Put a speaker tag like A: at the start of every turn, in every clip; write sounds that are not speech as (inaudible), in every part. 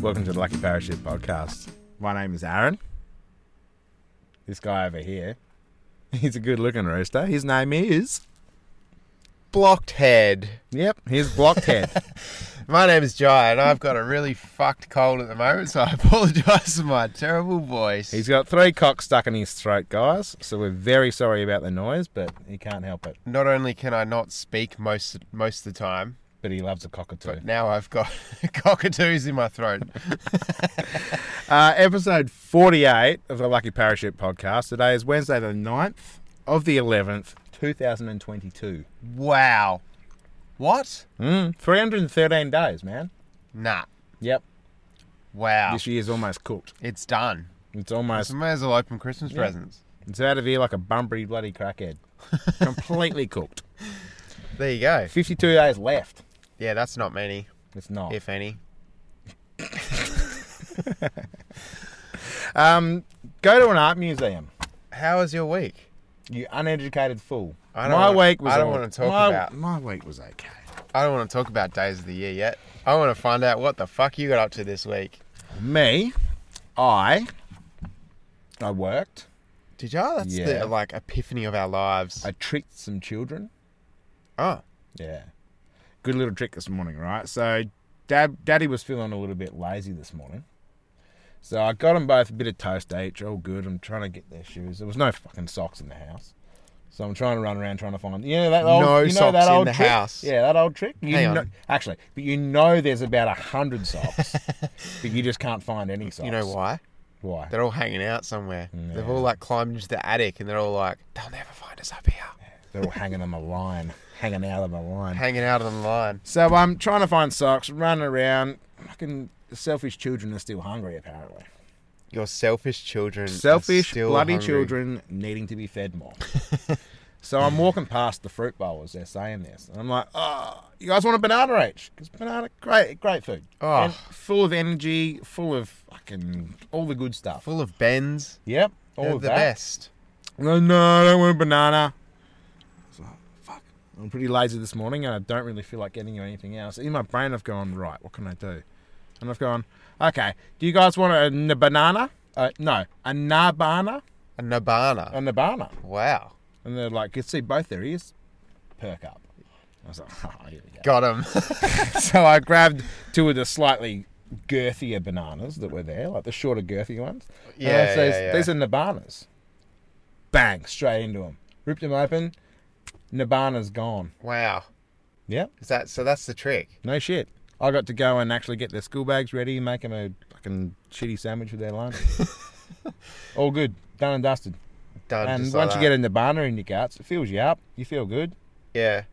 A: Welcome to the Lucky Parachute Podcast. My name is Aaron. This guy over here, he's a good looking rooster. His name is.
B: Blocked head.
A: Yep, he's Blockhead.
B: My name is Jai, and I've got a really fucked cold at the moment, so I (laughs) apologise for my terrible voice.
A: he's got three cocks stuck in his throat, guys. So we're very sorry about the noise, but he can't help it.
B: Not only can I not speak most most of the time,
A: But he loves a cockatoo.
B: but now I've got (laughs) cockatoos in my throat.
A: Uh, episode 48 of the Lucky Parachute Podcast. Today is Wednesday, the 9th of the 11th, 2022.
B: wow. What?
A: Mm, 313 days, man.
B: Nah.
A: Yep.
B: Wow.
A: This year's almost cooked.
B: It's done.
A: It's almost
B: So may as well open Christmas presents.
A: It's out of here like a Bunbury bloody
B: (laughs)
A: crackhead. Completely cooked.
B: There you go.
A: 52 days left.
B: Yeah, that's not many,
A: It's not.
B: if any.
A: Um, go to an art museum.
B: How was your week?
A: You uneducated fool.
B: I don't
A: my
B: wanna-
A: week was
B: I don't
A: all-
B: wanna talk
A: my,
B: about-
A: My week was okay.
B: I don't want to talk about days of the year yet. I want to find out what the fuck you got up to this week.
A: Me, I, I worked.
B: Did you? That's
A: Yeah.
B: the like epiphany of our lives.
A: I tricked some children.
B: oh,
A: Yeah. Good little trick this morning, right? So, dad, daddy was feeling a little bit lazy this morning. So, I got them both a bit of toast each, all good. I'm trying to get their shoes. There was no fucking socks in the house. So, I'm trying to run around trying to find. You know that old,
B: No
A: you know
B: socks
A: that
B: in
A: old
B: the
A: trick?
B: house.
A: Yeah, that old trick. You
B: Hang on.
A: know, Actually, but you know there's about a hundred
B: (laughs)
A: socks, but you just can't find any socks.
B: you know why?
A: Why?
B: They're all hanging out somewhere. They've all like climbed into the attic, and they're all like, "They'll never find us up here."
A: They're all hanging on the line, hanging out of the line.
B: Hanging out on the line.
A: So I'm trying to find socks, running around. Fucking selfish children are still hungry, apparently.
B: Your selfish children. are
A: Selfish,
B: still
A: bloody
B: hungry.
A: children needing to be fed
B: (laughs)
A: more. so I'm walking past the fruit bowl as they're saying this, and I'm like, "Oh, you guys want a banana each? Because banana, great, great food,
B: Oh.
A: And full of energy, full of fucking all the good stuff.
B: Full of bends.
A: Yep, all
B: They're
A: of
B: the
A: that.
B: best.
A: No, no, I don't want a banana. It's like, fuck. I'm pretty lazy this morning and I don't really feel like getting you anything else. In my brain, I've gone, right, what can I do? And I've gone, okay, do you guys want a, n- banana? Uh, no, a nabana?
B: A nabana.
A: A nabana.
B: wow.
A: And they're like, you see both their ears perk up. I was like, (laughs) oh, here we go.
B: Got him.
A: (laughs) so I grabbed two of the slightly girthier bananas that were there, like the shorter, girthy ones. And I
B: Yeah,
A: says,
B: yeah, yeah.
A: These are Nibanas. Bang, straight into them. Ripped them open. Nibana's gone.
B: (laughs) wow.
A: Yep,
B: Is that so? That's the trick.
A: no shit. I got to go and actually get their school bags ready, make them a fucking shitty sandwich for their
B: (laughs)
A: lunch. All good, done and dusted.
B: Done.
A: and
B: just
A: once
B: like
A: you
B: that.
A: get a Nibana in your guts, it fills you up. You feel good.
B: yeah.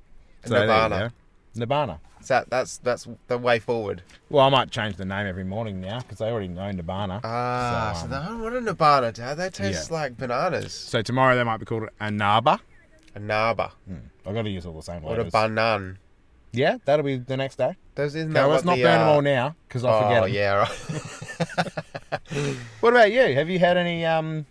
B: A
A: there you
B: nabana.
A: go. Nibbana.
B: Is that that's that's the way forward.
A: Well, I might change the name every morning now because they already know Nibbana.
B: Ah,
A: So,
B: so,
A: um,
B: no, what a nabana, Dad. That tastes like bananas.
A: So tomorrow they might be called a Naba.
B: A naba.
A: I've got to use all the same
B: What a
A: letters.
B: banan.
A: Yeah, that'll be the next day.
B: Those isn't
A: No,
B: that
A: let's
B: what
A: not
B: the,
A: burn them
B: uh,
A: all now because I forget
B: Oh
A: 'em.
B: yeah, right.
A: What about you? Have you had any um,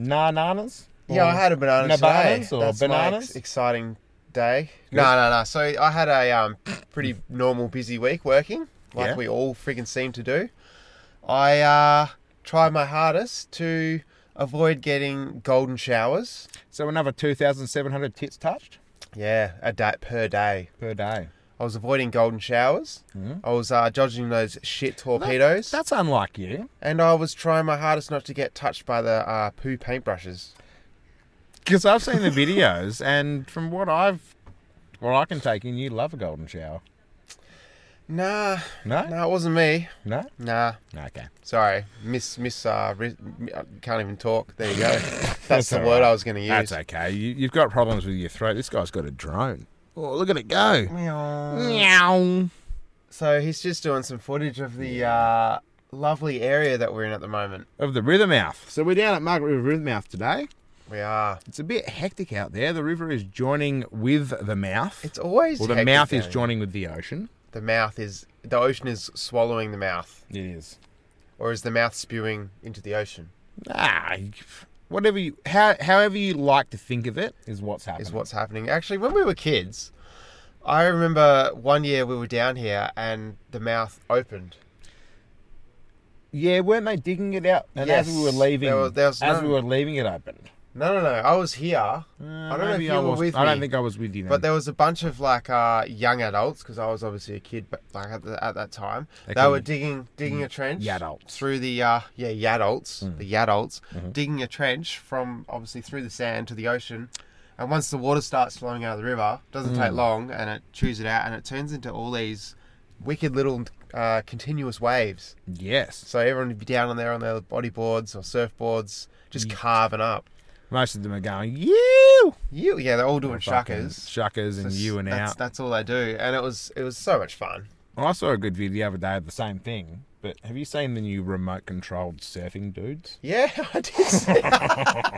A: nananas?
B: yeah, I had a banana
A: Nabanas
B: today.
A: or
B: That's My
A: bananas?
B: ex- exciting day. No, no, no. So I had a um, pretty normal, busy week working, like
A: Yeah.
B: we all freaking seem to do. I uh, try my hardest to avoid getting golden showers.
A: So another two thousand seven hundred tits touched
B: Yeah, a day per day.
A: per day. Mm-hmm.
B: I was avoiding golden showers. I was uh, dodging those shit torpedoes,
A: That's unlike you.
B: and I was trying my hardest not to get touched by the uh, poo paintbrushes.
A: Because I've seen the videos, (laughs) and from what I've, what I can take in, you love a golden shower.
B: Nah,
A: No,
B: nah, it wasn't me.
A: no.
B: Nah,
A: Okay.
B: sorry, miss, miss, uh, ri- I can't even talk. There
A: (laughs)
B: you go. That's, the
A: all
B: word
A: right.
B: I was going to use.
A: That's okay. You, you've got problems with your throat. This guy's got a drone. Oh, look at it go!
B: Meow.
A: Meow.
B: So he's just doing some footage of the uh, lovely area that we're in at the moment.
A: Of the river mouth. So we're down at Margaret River River Mouth today.
B: We are.
A: It's a bit hectic out there. The river is joining with the mouth.
B: It's always.
A: well, the
B: hectic
A: mouth
B: down
A: is
B: here.
A: joining with the ocean.
B: The mouth is. The ocean is swallowing the mouth,
A: It is.
B: or is the mouth spewing into the ocean?
A: Ah, whatever you, how, however you like to think of it is what's happening.
B: Is what's happening. Actually, when we were kids, I remember one year we were down here and the mouth opened.
A: Yeah, weren't they digging it out? And as we were
B: Yes,
A: leaving,
B: there was- there was
A: as
B: no-
A: we were leaving, it opened.
B: No, no, no. I was here, don't know if
A: Uh, maybe
B: you
A: I
B: were
A: was,
B: with
A: I don't
B: me,
A: think I was with you. Then.
B: but there was a bunch of like uh, young adults because I was obviously a kid, but like at, the, at that time,
A: They
B: they,
A: call
B: were
A: them
B: digging digging a trench.
A: yadults.
B: through the uh, yeah yadults, the yadults digging a trench from obviously through the sand to the ocean, and once the water starts flowing out of the river, doesn't take long, and it chews it out, and it turns into all these wicked little uh, continuous waves.
A: yes,
B: So everyone would be down on there on their bodyboards or surfboards, just carving up.
A: most of them are going you,
B: You, yeah, they're all doing
A: Fucking
B: shuckers.
A: shuckers, and
B: That's-
A: you and
B: that's,
A: out.
B: That's all they do, and it was it was so much fun.
A: I saw a good video the other day of the same thing. But have you seen the new remote-controlled surfing dudes?
B: Yeah,
A: (laughs)
B: (laughs) I did. see-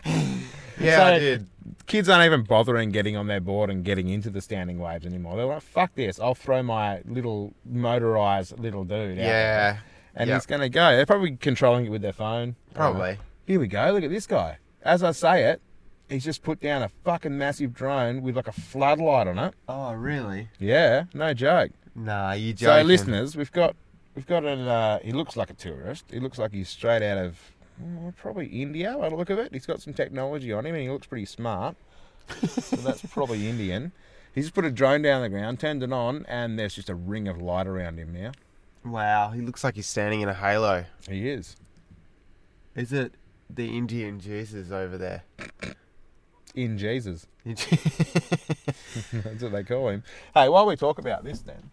B: yeah, I
A: So-
B: did.
A: Kids aren't even bothering getting on their board and getting into the standing waves anymore. They're like, "Fuck this! I'll throw my little motorized little dude." out there,
B: Yeah,
A: and
B: yeah.
A: he's gonna go. They're probably controlling it with their phone. I don't know.
B: probably.
A: Here we go. Look at this guy. As I say it, he's just put down a fucking massive drone with like a floodlight on it.
B: Oh, really?
A: Yeah, no joke.
B: Nah, you
A: So,
B: joking?
A: listeners, we've got we've got an. Uh, he looks like a tourist. He looks like he's straight out of mm, probably India by the look of it. He's got some technology on him, and he looks pretty smart. so that's probably Indian. He's just put a drone down on the ground, turned it on, and there's just a ring of light around him now.
B: Wow, he looks like he's standing in a halo.
A: He is.
B: Is it the Indian Jesus over (laughs) there?
A: In Jesus. (laughs)
B: yeah,
A: That's what they call him. Hey, while we talk about this then,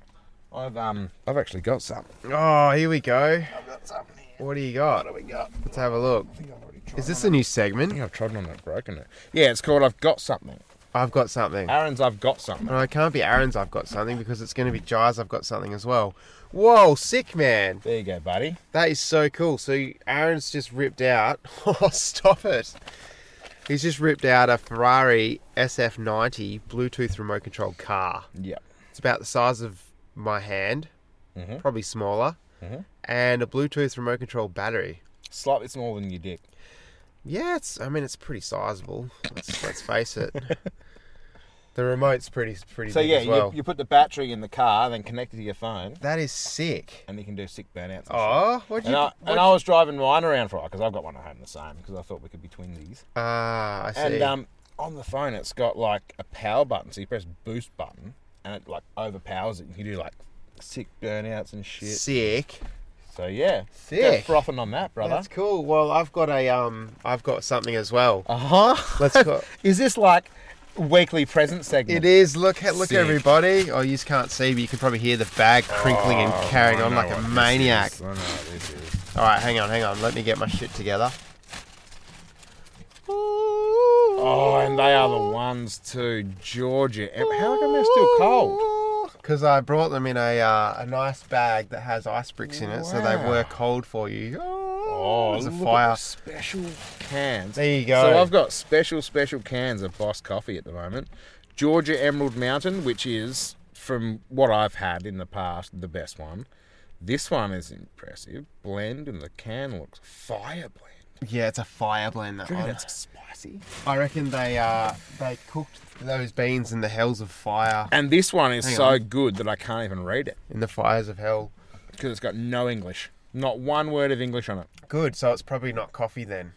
A: I've um I've actually got some.
B: Oh, here we go.
A: I've got something here.
B: What do you got?
A: we got?
B: Let's have a look.
A: I think I've already tried
B: Is this a new segment?
A: Yeah, I've tried on it, broken it. Yeah, it's called I've Got Something.
B: I've got something.
A: Aaron's I've Got Something.
B: No, it can't be Aaron's I've got something because it's going to be Jai's I've got something as well. Whoa, sick man.
A: There you go, buddy.
B: That is so cool. So Aaron's just ripped out. (laughs) Oh, stop it. He's just ripped out a Ferrari SF90 Bluetooth remote controlled car.
A: Yep.
B: It's about the size of my hand,
A: Mhm.
B: probably smaller,
A: Mhm.
B: and a Bluetooth remote controlled battery.
A: Slightly smaller than your dick.
B: Yeah, it's. I mean, it's pretty sizable. Let's, let's face
A: (laughs)
B: it. The remote's pretty pretty
A: So
B: big
A: yeah,
B: as well.
A: you, you put the battery in the car, then connect it to your phone,
B: That is sick.
A: and you can do sick burnouts. And, shit.
B: Oh, what'd
A: and,
B: you?
A: I, and I was driving mine around for because I've got one at home the same because I thought we could be twinsies.
B: Ah, I see.
A: And um, on the phone, it's got like a power button, so you press boost button, and it like overpowers it. You can do like sick burnouts and shit.
B: sick.
A: So yeah,
B: Sick.
A: Go frothing on that, brother.
B: That's cool. Well, I've got a um, I've got something
A: (laughs)
B: as well.
A: Uh huh.
B: Let's go.
A: Is this like weekly present segment?
B: It is. Look at look
A: Sick.
B: everybody. Oh, you just can't see, but you can probably hear the bag crinkling
A: Oh,
B: and carrying on like a maniac.
A: I know what this is.
B: All right, hang on, hang on. Let me get my
A: (laughs)
B: shit together.
A: Oh, and they are the ones to Georgia. Em- How come they're still cold?
B: Because I brought them in a uh, a nice bag that has ice bricks in it, so they
A: Wow.
B: were cold for you. Oh,
A: Oh,
B: there's a
A: look at
B: fire.
A: the special cans.
B: There you go.
A: So I've got special, special cans of Boss Coffee at the moment. Georgia Emerald Mountain, which is, from what I've had in the past, the best one. This one is impressive. Blend and the can looks fire blend.
B: Yeah, it's a fire blend. That
A: Dude,
B: one.
A: that's spicy.
B: I reckon they uh they cooked those beans in the hells of fire,
A: And this one is
B: Hang
A: so
B: on.
A: good that I can't even read it
B: in the fires of hell.
A: because it's got no English. Not one word of English on it.
B: Good. So it's probably not coffee then.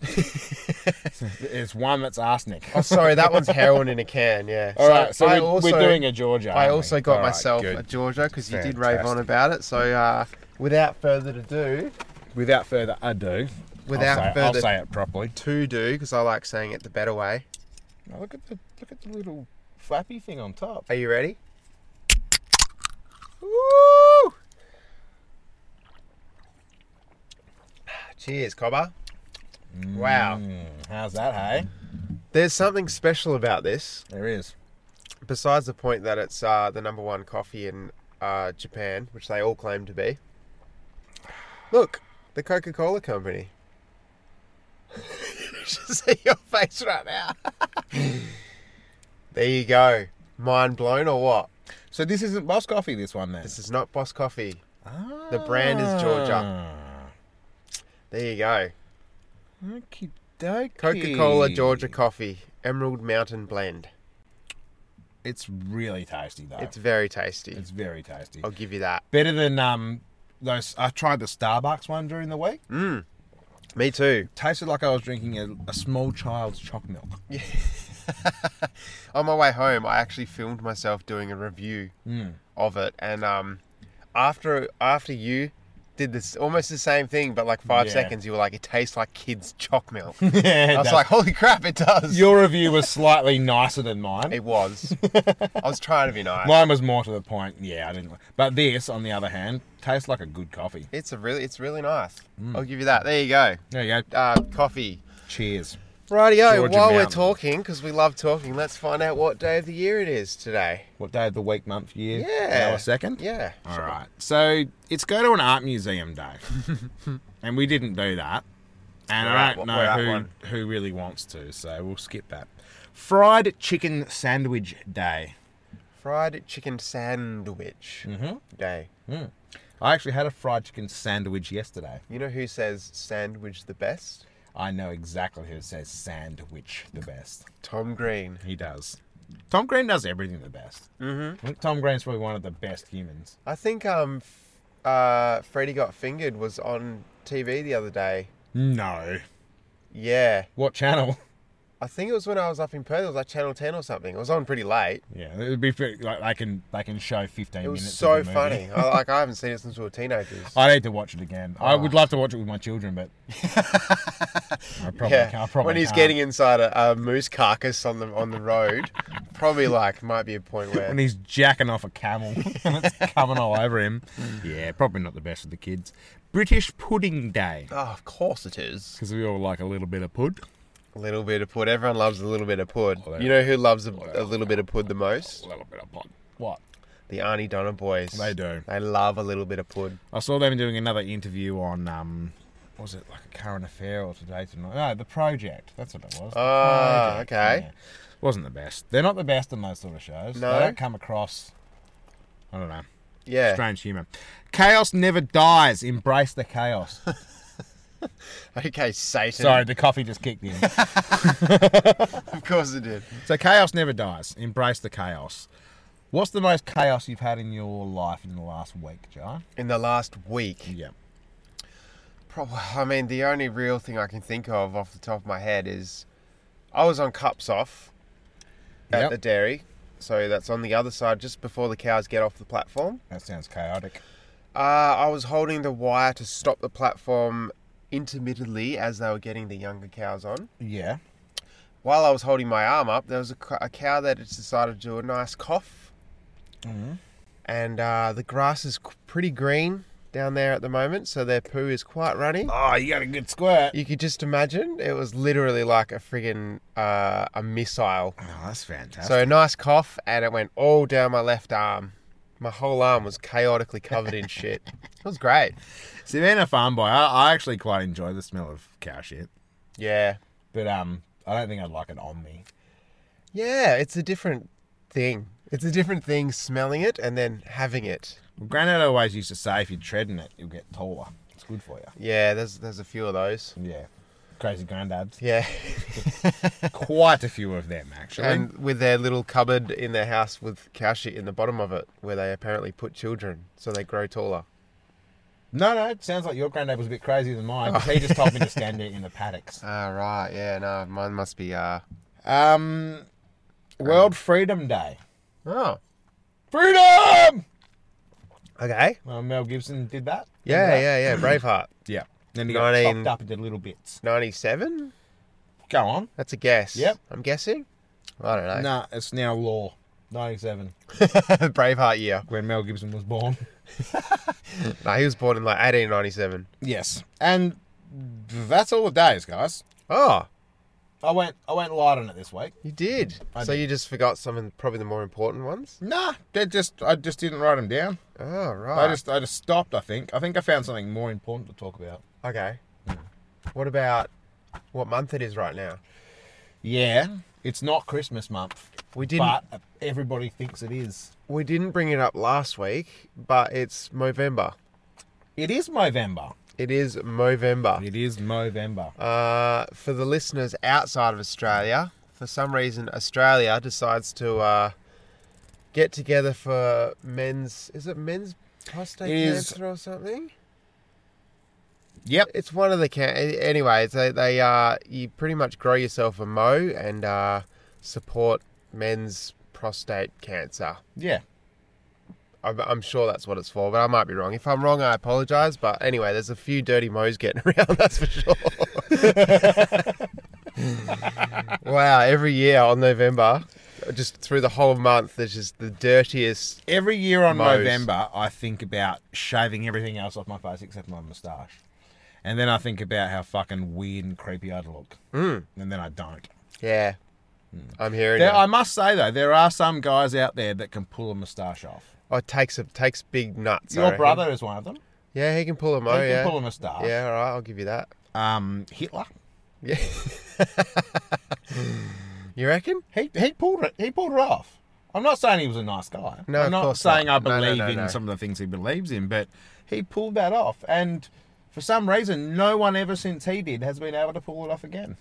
A: It's one that's arsenic.
B: Oh, sorry, that one's heroin in a can. Yeah.
A: (laughs) All right, so
B: I
A: we're, we're doing a Georgia.
B: I
A: aren't we?
B: also got
A: All right,
B: myself
A: good.
B: a Georgia because you did rave on
A: Fantastic.
B: about it. So uh, without further ado,
A: Without further ado,
B: without
A: I'll say,
B: further
A: I'll say it properly.
B: to do, because I like saying it the better way.
A: Now look at the look at the little flappy thing on top.
B: Are you ready?
A: Woo!
B: Cheers, Cobber. Wow.
A: Mm. How's that, hey?
B: There's something special about this,
A: There is.
B: besides the point that it's uh, the number one coffee in uh, Japan, which they all claim to be. Look, the Coca Cola Company. (laughs) you should see your face right now. (laughs) there you go. Mind blown or what?
A: So this isn't Boss Coffee, this one then.
B: This is not Boss Coffee.
A: Ah.
B: the brand is Georgia. There you go.
A: Okie dokie.
B: Coca Cola Georgia Coffee Emerald Mountain Blend.
A: It's really tasty though. It's,
B: It's very tasty.
A: very tasty.
B: I'll give you that.
A: Better than um those. I tried the Starbucks one during the week.
B: Me too.
A: Tasted like I was drinking a, a small child's choc milk.
B: On my way home, I actually filmed myself doing a review
A: Hmm.
B: of it, and um, after after you did this almost the same thing, but like five
A: Yeah.
B: seconds, you were like, "It tastes like kids'
A: (laughs)
B: choc milk."
A: yeah,
B: I was like, "Holy crap, it does!"
A: your review was slightly nicer than mine.
B: It
A: (laughs)
B: was. I was trying to be nice.
A: Mine was more to the point. Yeah, I didn't. But this, on the other hand, tastes like a good coffee.
B: It's a really, it's really nice.
A: Hmm.
B: I'll give you that. There you go.
A: There you go.
B: Uh, coffee.
A: Cheers.
B: Rightio.
A: Georgia
B: while we're
A: Mountain.
B: talking, because we love talking, let's find out what day of the year it is today.
A: What day of the week, month, year?
B: Yeah.
A: Hour, second?
B: Yeah.
A: All right. So it's go to an art museum
B: (laughs)
A: day, and we didn't do that, and
B: We're
A: I
B: at-
A: don't
B: we're at
A: know
B: one.
A: who who really wants to, so we'll skip that. Fried chicken sandwich day.
B: Fried chicken sandwich
A: Mm-hmm.
B: day.
A: I actually had a fried chicken sandwich yesterday.
B: You know who says sandwich the best?
A: I know exactly who says sandwich the best.
B: Tom Green.
A: He does. Tom Green does everything the best. Mm-hmm. I think Tom Green's probably one of the best humans.
B: I think um, f- uh, Freddie got fingered was on TV the other day.
A: No.
B: Yeah,
A: What channel?
B: I think it was when I was up in Perth. It was like Channel Ten or something. It was on pretty late.
A: Yeah, it would be pretty, like they can they can show fifteen
B: It was
A: minutes. of
B: so
A: the movie.
B: funny. I, like I haven't seen it since we were teenagers.
A: I need to watch it again. I
B: Oh.
A: would love to watch it with my children,
B: (laughs)
A: but I probably
B: yeah,
A: can't. I probably
B: when he's
A: can't.
B: getting inside a, a moose carcass on the on the road, probably like might be a point where
A: when he's jacking off a camel (laughs) and
B: (laughs)
A: it's coming all over him.
B: Mm.
A: Yeah, probably not the best for the kids. British Pudding Day
B: oh, of course it is.
A: because we all like a little bit of pud.
B: A little bit of pud. Everyone loves a little bit of pud.
A: Well,
B: You know who loves a, a little bit of pud the most?
A: A little bit of pud. What?
B: The Arnie Donner boys.
A: They do.
B: They love a little bit of pud.
A: I saw them doing another interview on um, what was it like a current affair or today tonight? No, the project. That's what it was. The
B: Ah,
A: Project,
B: okay.
A: yeah. Wasn't the best. They're not the best in those sort of shows.
B: No?
A: They don't come across. I don't know.
B: Yeah.
A: Strange humour. Chaos never dies. Embrace the (laughs) chaos.
B: Okay, Satan.
A: Sorry, the coffee just kicked (laughs) in.
B: Of course it did.
A: so chaos never dies. Embrace the chaos. What's the most chaos you've had in your life in the last week, John?
B: In the last week,
A: Yeah.
B: probably, I mean, the only real thing I can think of off the top of my head is I was on cups off at
A: Yep.
B: the dairy. So that's on the other side just before the cows get off the platform.
A: That sounds chaotic.
B: Uh, I was holding the wire to stop the platform intermittently as they were getting the younger cows on.
A: Yeah.
B: While I was holding my arm up, there was a, c- a cow that had decided to do a nice cough. And uh, the grass is qu- pretty green down there at the moment, so their poo is quite runny.
A: Oh, you got a good squirt.
B: You could just imagine it was literally like a friggin' uh, a missile.
A: Oh, that's fantastic.
B: So a nice cough, and it went all down my left arm. My whole arm was chaotically covered in shit. It was great.
A: See, being a farm boy, I, I actually quite enjoy the smell of cow shit,
B: Yeah,
A: but um, I don't think I'd like it on me.
B: yeah, it's a different thing. It's a different thing smelling it and then having it.
A: Granddad always used to say, if you tread in it, you'll get taller. It's good for you.
B: Yeah, there's there's a few of those.
A: Yeah, crazy
B: (laughs)
A: granddads.
B: Yeah,
A: quite a few of them actually.
B: and with their little cupboard in their house with cow shit in the bottom of it, where they apparently put children so they grow taller.
A: no, no, it sounds like your granddad was a bit crazier than mine. 'cause He just told me to stand there in the paddocks.
B: Ah, right. Yeah, no, mine must be. Uh...
A: Um,
B: Um,
A: World Freedom Day.
B: Oh,
A: Freedom.
B: okay.
A: Well, Mel Gibson did that.
B: Yeah, yeah, yeah. Braveheart.
A: yeah. Then he got
B: 19
A: chopped up into little bits.
B: 97?
A: Go on.
B: That's a guess.
A: Yep.
B: I'm guessing. I don't know.
A: Nah, it's now law. 97,
B: (laughs) Braveheart year.
A: when Mel Gibson was born.
B: No, he was born in like 1897.
A: Yes, and that's all the days, guys.
B: Oh,
A: I went, I went light on it this week.
B: you did.
A: I
B: so you just forgot some of the- probably the more important ones?
A: Nah, they just, I just didn't write them down.
B: Oh,
A: I
B: right.
A: just, I just stopped. I think, I think I found something more important to talk about.
B: Okay. What about what month it is right now?
A: Yeah, it's not Christmas month,
B: We didn't
A: but everybody thinks it is.
B: we didn't bring it up last week, but it's Movember.
A: It is Movember.
B: It is Movember.
A: It is Movember.
B: Uh, for the listeners outside of Australia, for some reason, Australia decides to uh, get together for men's. Is it men's prostate
A: Is-
B: cancer or something.
A: Yep.
B: It's one of the can. a- Anyway, they they uh you pretty much grow yourself a mo and uh, support men's prostate cancer.
A: Yeah.
B: I'm, I'm sure that's what it's for, but I might be wrong. If I'm wrong, I apologise. But anyway, there's a few dirty mo's getting (laughs) around, that's
A: (laughs)
B: for sure. wow, every year on November, just through the whole month, there's just the dirtiest.
A: Every year on
B: Mows.
A: November, I think about shaving everything else off my face except my moustache. And then I think about how fucking weird and creepy I'd look.
B: Mm,
A: And then I don't.
B: yeah, I'm hearing
A: Hmm. There,
B: it.
A: I must say, though, there are some guys out there that can pull a moustache off.
B: Oh, it takes a, takes big nuts. I
A: Your
B: reckon.
A: brother is one of them.
B: Yeah, he can pull a mo.
A: He can
B: Oh, yeah,
A: pull a moustache.
B: yeah. All right, I'll give you that.
A: Um, Hitler.
B: Yeah. you reckon?
A: He, he pulled it. He pulled it off. I'm not saying he was a nice guy.
B: No,
A: I'm
B: of
A: not
B: course
A: saying
B: not.
A: I
B: No, no,
A: believe
B: no,
A: in
B: no.
A: some of the things he believes in, but he pulled that off. And for some reason, no one ever since he did has been able to pull it off again.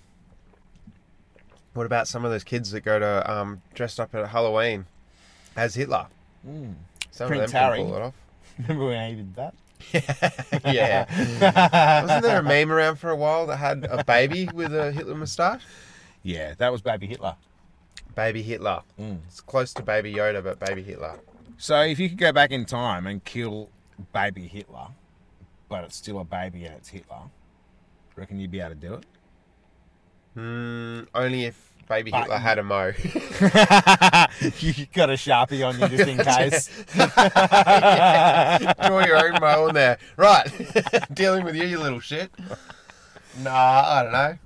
B: What about some of those kids that go to um, dressed up at Halloween as Hitler? Some
A: Hmm. Prince
B: of them
A: Harry.
B: can pull it off.
A: Remember when he did that?
B: Yeah. Wasn't there a meme around for a while that had a baby with a Hitler moustache?
A: Yeah, that was Baby Hitler.
B: Baby Hitler.
A: Mm.
B: It's close to Baby Yoda, but Baby Hitler.
A: So if you could go back in time and kill Baby Hitler, but it's still a baby and it's Hitler, reckon you'd be able to do it?
B: Mm, only if Baby
A: But-
B: Hitler had a mo.
A: (laughs)
B: (laughs)
A: you got a sharpie on you (laughs) just in case.
B: Draw your own mo on there. Right. (laughs) Dealing with you, you little shit. Nah, I don't know.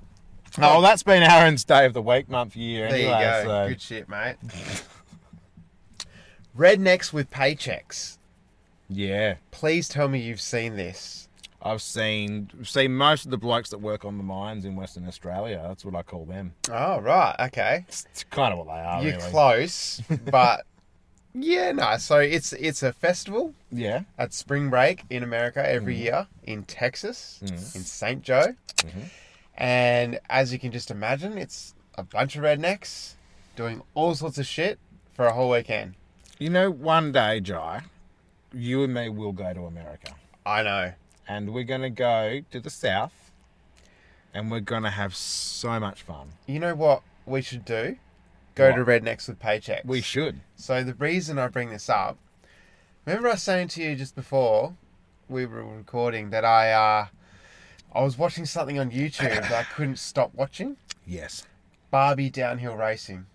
A: Oh, well, that's been Aaron's day of the week, month, year.
B: There
A: Anyway,
B: you go.
A: so
B: Good shit, mate. Rednecks with paychecks.
A: yeah,
B: Please tell me you've seen this.
A: I've seen seen most of the blokes that work on the mines in Western Australia. That's what I call them.
B: Oh, right. Okay.
A: It's, it's kind of what they are.
B: You're
A: really. (laughs)
B: close, but yeah, no. So it's it's a festival
A: yeah,
B: at spring break in America
A: Mm.
B: every year in Texas, in St. Joe,
A: Mm-hmm.
B: and as you can just imagine, it's a bunch of rednecks doing all sorts of shit for a whole weekend.
A: you know, one day, Jai, you and me will go to America,
B: I know.
A: and we're gonna go to the south, and we're gonna have so much fun.
B: You know what we should do? Go to
A: What?
B: rednecks with paychecks.
A: We should.
B: So the reason I bring this up, remember I was saying to you just before we were recording that I uh, I was watching something on YouTube that I couldn't stop watching.
A: Yes.
B: Barbie downhill racing.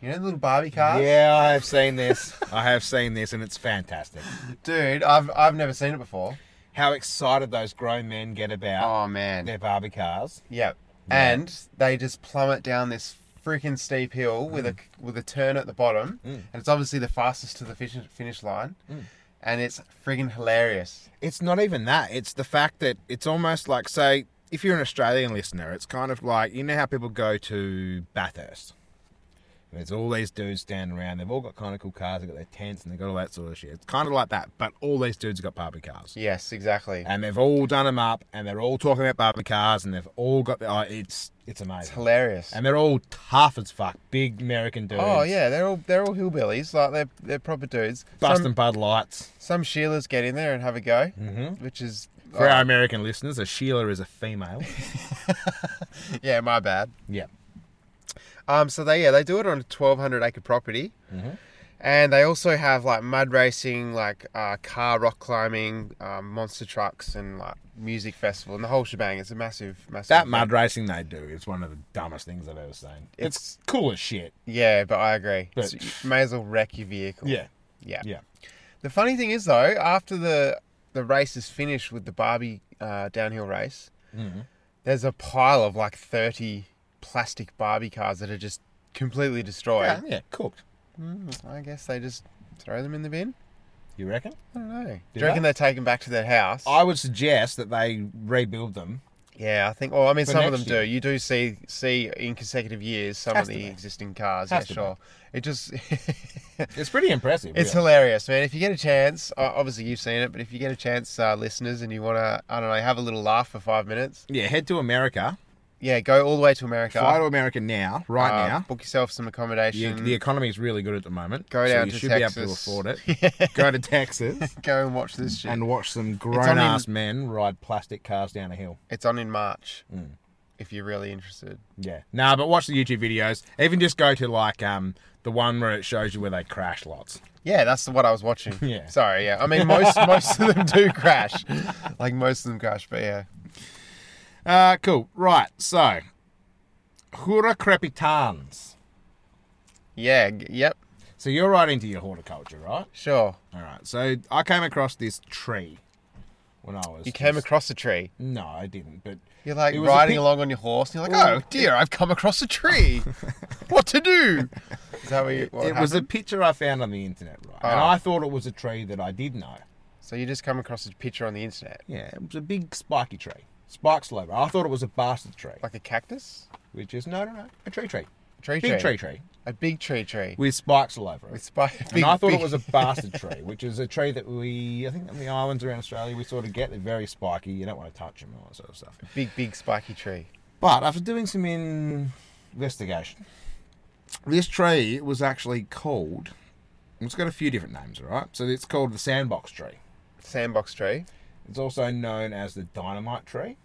B: You know the little Barbie cars?
A: Yeah, I have seen this. I have seen this, and it's fantastic.
B: Dude, I've I've never seen it before.
A: How excited those grown men get about
B: Oh man.
A: their Barbie cars.
B: Yep. And they just plummet down this freaking steep hill with a with a turn at the bottom, and it's obviously the fastest to the finish finish line, and it's freaking hilarious.
A: It's not even that. It's the fact that it's almost like, say, if you're an Australian listener, it's kind of like you know how people go to Bathurst. And there's all these dudes standing around. They've all got kind of cool cars. They've got their tents and they've got all that sort of shit. It's kind of like that, but all these dudes have got Barbie cars.
B: Yes, exactly.
A: And they've all done them up, and they're all talking about Barbie cars, and they've all got the. Oh, it's it's
B: It's
A: amazing.
B: hilarious.
A: And they're all tough as fuck, big American dudes.
B: Oh yeah, they're all they're all hillbillies, like they're they're proper dudes.
A: busting
B: Some,
A: Bud Lights.
B: some Sheilas get in there and have a go,
A: Mm-hmm.
B: which is
A: For
B: oh,
A: our American listeners, a Sheila is a
B: (laughs)
A: female.
B: yeah, my bad.
A: yeah.
B: Um, so they yeah they do it on a twelve hundred acre property,
A: Mm-hmm.
B: and they also have like mud racing, like uh, car rock climbing, um, monster trucks, and like music festival and the whole shebang. It's a massive massive
A: That
B: event.
A: mud racing they do is one of the dumbest things I've ever seen. It's,
B: It's-
A: cool as shit.
B: Yeah, but I agree.
A: But-
B: So you may as well wreck your vehicle.
A: Yeah,
B: yeah,
A: yeah.
B: The funny thing is, though, after the the race is finished with the Barbie uh, downhill race,
A: Mm-hmm.
B: there's a pile of like thirty plastic Barbie cars that are just completely destroyed.
A: Yeah, yeah, cooked.
B: I guess they just throw them in the bin.
A: You reckon?
B: I don't know. Do
A: Do
B: you reckon they take them back to their house?
A: I would suggest that they rebuild them.
B: yeah, I think. Well, I mean,
A: For
B: some of them
A: next year.
B: do. You do see see in consecutive years some
A: Has
B: of
A: to
B: the
A: be.
B: existing cars.
A: Has
B: yeah,
A: to be.
B: sure. It just (laughs)
A: It's pretty impressive.
B: It's
A: really.
B: hilarious, man. If you get a chance, o- obviously you've seen it, but if you get a chance, uh, listeners, and you want to, I don't know, have a little laugh for five minutes,
A: yeah, head to America.
B: Yeah, go all the way to America.
A: Fly to America now, right
B: Uh,
A: now.
B: Book yourself some
A: The,
B: accommodation.
A: the economy is really good at the moment.
B: Mm. Go
A: so
B: down
A: you
B: to
A: should be able to
B: Texas. (laughs)
A: afford it. Go to Texas
B: Go and watch this shit.
A: and watch some
B: in-
A: grown ass men ride plastic cars down a hill.
B: it's on in March.
A: Mm.
B: If you're really interested.
A: Yeah. Nah, but watch the YouTube videos. Even just go to like um the one where it shows you where they crash lots.
B: Yeah, that's the- what I was watching.
A: (laughs) Yeah.
B: Sorry, yeah. I
A: (laughs)
B: mean most most of them do crash. Like most of them crash, but yeah.
A: Uh cool. Right, so Hura crepitans.
B: Yeah, g- yep.
A: So you're right into your horticulture, right?
B: Sure.
A: Alright. So I came across this tree when I was
B: You came
A: just-
B: across a tree.
A: No, I didn't, but
B: You're like
A: It was a
B: riding
A: pic-
B: along on your horse, and you're like, "Oh dear, I've come across
A: (laughs)
B: a tree. what to do?" Is that what you,
A: it
B: what happened?
A: was a picture I found on the internet, right? And
B: Ah.
A: I thought it was a tree that I did know.
B: So you just come across a picture on the internet,
A: Yeah, it was a big spiky tree. Spike slover. I thought it was a bastard tree,
B: like a cactus,
A: which is no, no, no, a tree tree,
B: a tree
A: big
B: tree,
A: tree tree
B: a big tree tree
A: with spikes all over it.
B: with spikes.
A: and I thought it was a bastard tree, which is a tree that we, I think, on the islands around Australia, we sort of get. They're very spiky. You don't want to touch them and all that sort of stuff.
B: big, big spiky tree.
A: But after doing some investigation, this tree was actually called. It's got a few different names, all right? So it's called the sandbox tree.
B: Sandbox tree.
A: It's also known as the dynamite tree.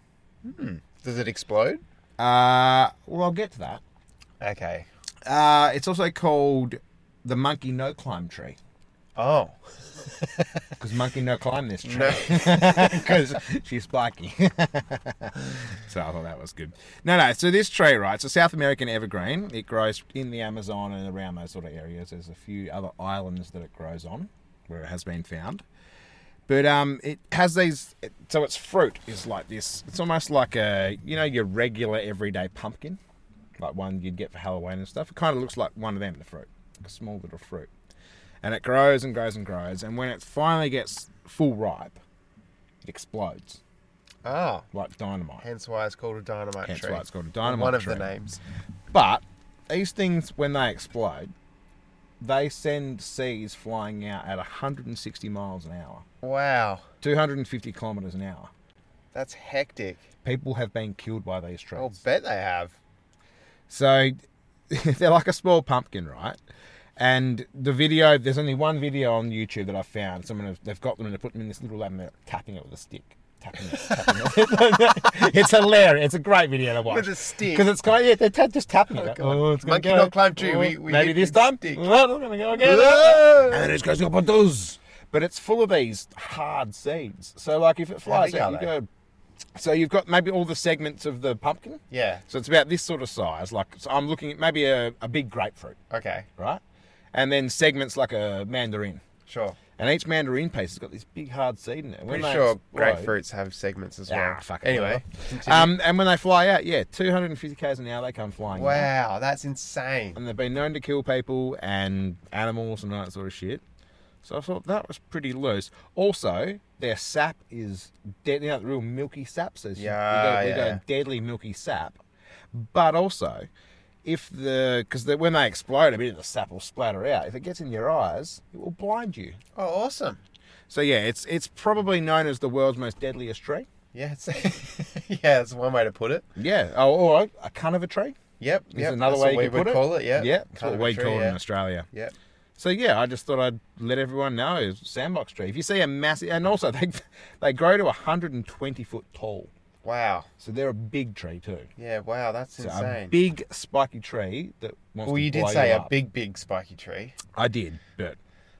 B: Does it explode?
A: Uh, well, I'll get to that.
B: Okay.
A: Uh, it's also called the monkey no climb tree
B: Oh
A: because monkey no climb this tree. (laughs)
B: no, because
A: She's spiky. (laughs) so I thought that was good. No, no. So this tree, right? So South American evergreen. It grows in the Amazon and around those sort of areas. There's a few other islands that it grows on, where it has been found. But um, it has these. It, so its fruit is like this. It's almost like a you know your regular everyday pumpkin, like one you'd get for Halloween and stuff. It kind of looks like one of them. The fruit, like a small little fruit, and it grows and grows and grows. And when it finally gets full ripe, it explodes
B: oh,
A: like dynamite.
B: hence why it's called a dynamite
A: Hence
B: tree.
A: why it's called a dynamite
B: One of
A: tree.
B: the names.
A: But these things, when they explode, they send seeds flying out at 160 miles an hour,
B: Wow,
A: 250 kilometers an hour.
B: that's hectic.
A: People have been killed by these trees.
B: I'll bet they have.
A: So (laughs) they're like a small pumpkin, right? And the video, there's only one video on YouTube that I found. Someone have, they've got them and they put them in this little lab and they're tapping it with a stick. Tapping it, tapping it. (laughs) it's hilarious. It's a great video to watch.
B: With a stick.
A: Because it's kind of, yeah, they're ta- just tapping it.
B: God.
A: Oh, it's gonna
B: Monkey
A: go.
B: not climb tree. We-
A: Oh,
B: we
A: Maybe
B: hit
A: this
B: with
A: time. (laughs)
B: stick.
A: Well, I'm going to go again.
B: (laughs)
A: And
B: Ah!
A: then it goes up on those. But it's full of these hard seeds. So, like, if it flies
B: big
A: out,
B: are
A: you
B: they?
A: go. So, you've got maybe all the segments of the pumpkin.
B: Yeah.
A: So it's about this sort of size. Like so I'm looking at maybe a, a big grapefruit,
B: Okay.
A: right? And then segments like a mandarin.
B: Sure.
A: And each mandarin piece has got this big hard seed in it. When
B: Pretty
A: they
B: sure
A: explode-
B: grapefruits have segments as well.
A: Ah, fuck it, (laughs)
B: anyway.
A: whatever. Um, and when they fly out, yeah, 250 k's an hour they come flying. out.
B: Wow, that's insane.
A: And they've been known to kill people and animals and all that sort of shit. So I thought that was pretty loose. Also, their sap is dead. You know, the real milky sap. So you-
B: Yeah,
A: you, got, you
B: yeah.
A: got deadly milky sap. But also, if the because the, when they explode, a bit of the sap will splatter out. If it gets in your eyes, it will blind you.
B: Oh, awesome.
A: So yeah, it's it's probably known as the world's most deadliest tree.
B: Yeah, it's, (laughs) yeah, that's one way to put it.
A: Yeah, oh, or a cunt of a tree.
B: Yep,
A: Is
B: yep,
A: another
B: that's
A: way
B: what
A: you could
B: we would
A: put it.
B: call it. Yep,
A: yeah, that's
B: kind
A: what
B: of
A: we
B: a tree,
A: call it in
B: yeah.
A: Australia.
B: Yep.
A: So yeah, I just thought I'd let everyone know it's sandbox tree. If you see a massive, and also they (laughs) they grow to 120 foot tall,
B: Wow.
A: so they're a big tree too.
B: Yeah. Wow, that's
A: So a
B: insane.
A: big spiky tree that wants
B: well,
A: to
B: you did
A: blow
B: say a
A: up.
B: big, big spiky tree.
A: I did, but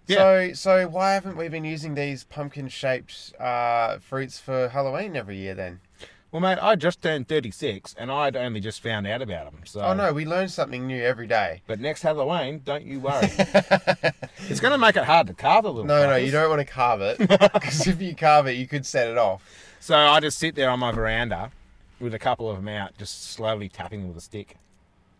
A: yeah,
B: So, so why haven't we been using these pumpkin-shaped uh, fruits for Halloween every year then?
A: well, mate, I just turned 36 and I'd only just found out about them. So
B: Oh no, we learn something new every day.
A: But next Halloween, don't you
B: (laughs)
A: worry. it's going to make it hard to carve a little.
B: No, no, you
A: fuckers.
B: don't want to carve it
A: (laughs)
B: because if you carve it, you could set it off.
A: So I just sit there on my veranda with a couple of them out, just slowly tapping them with a stick.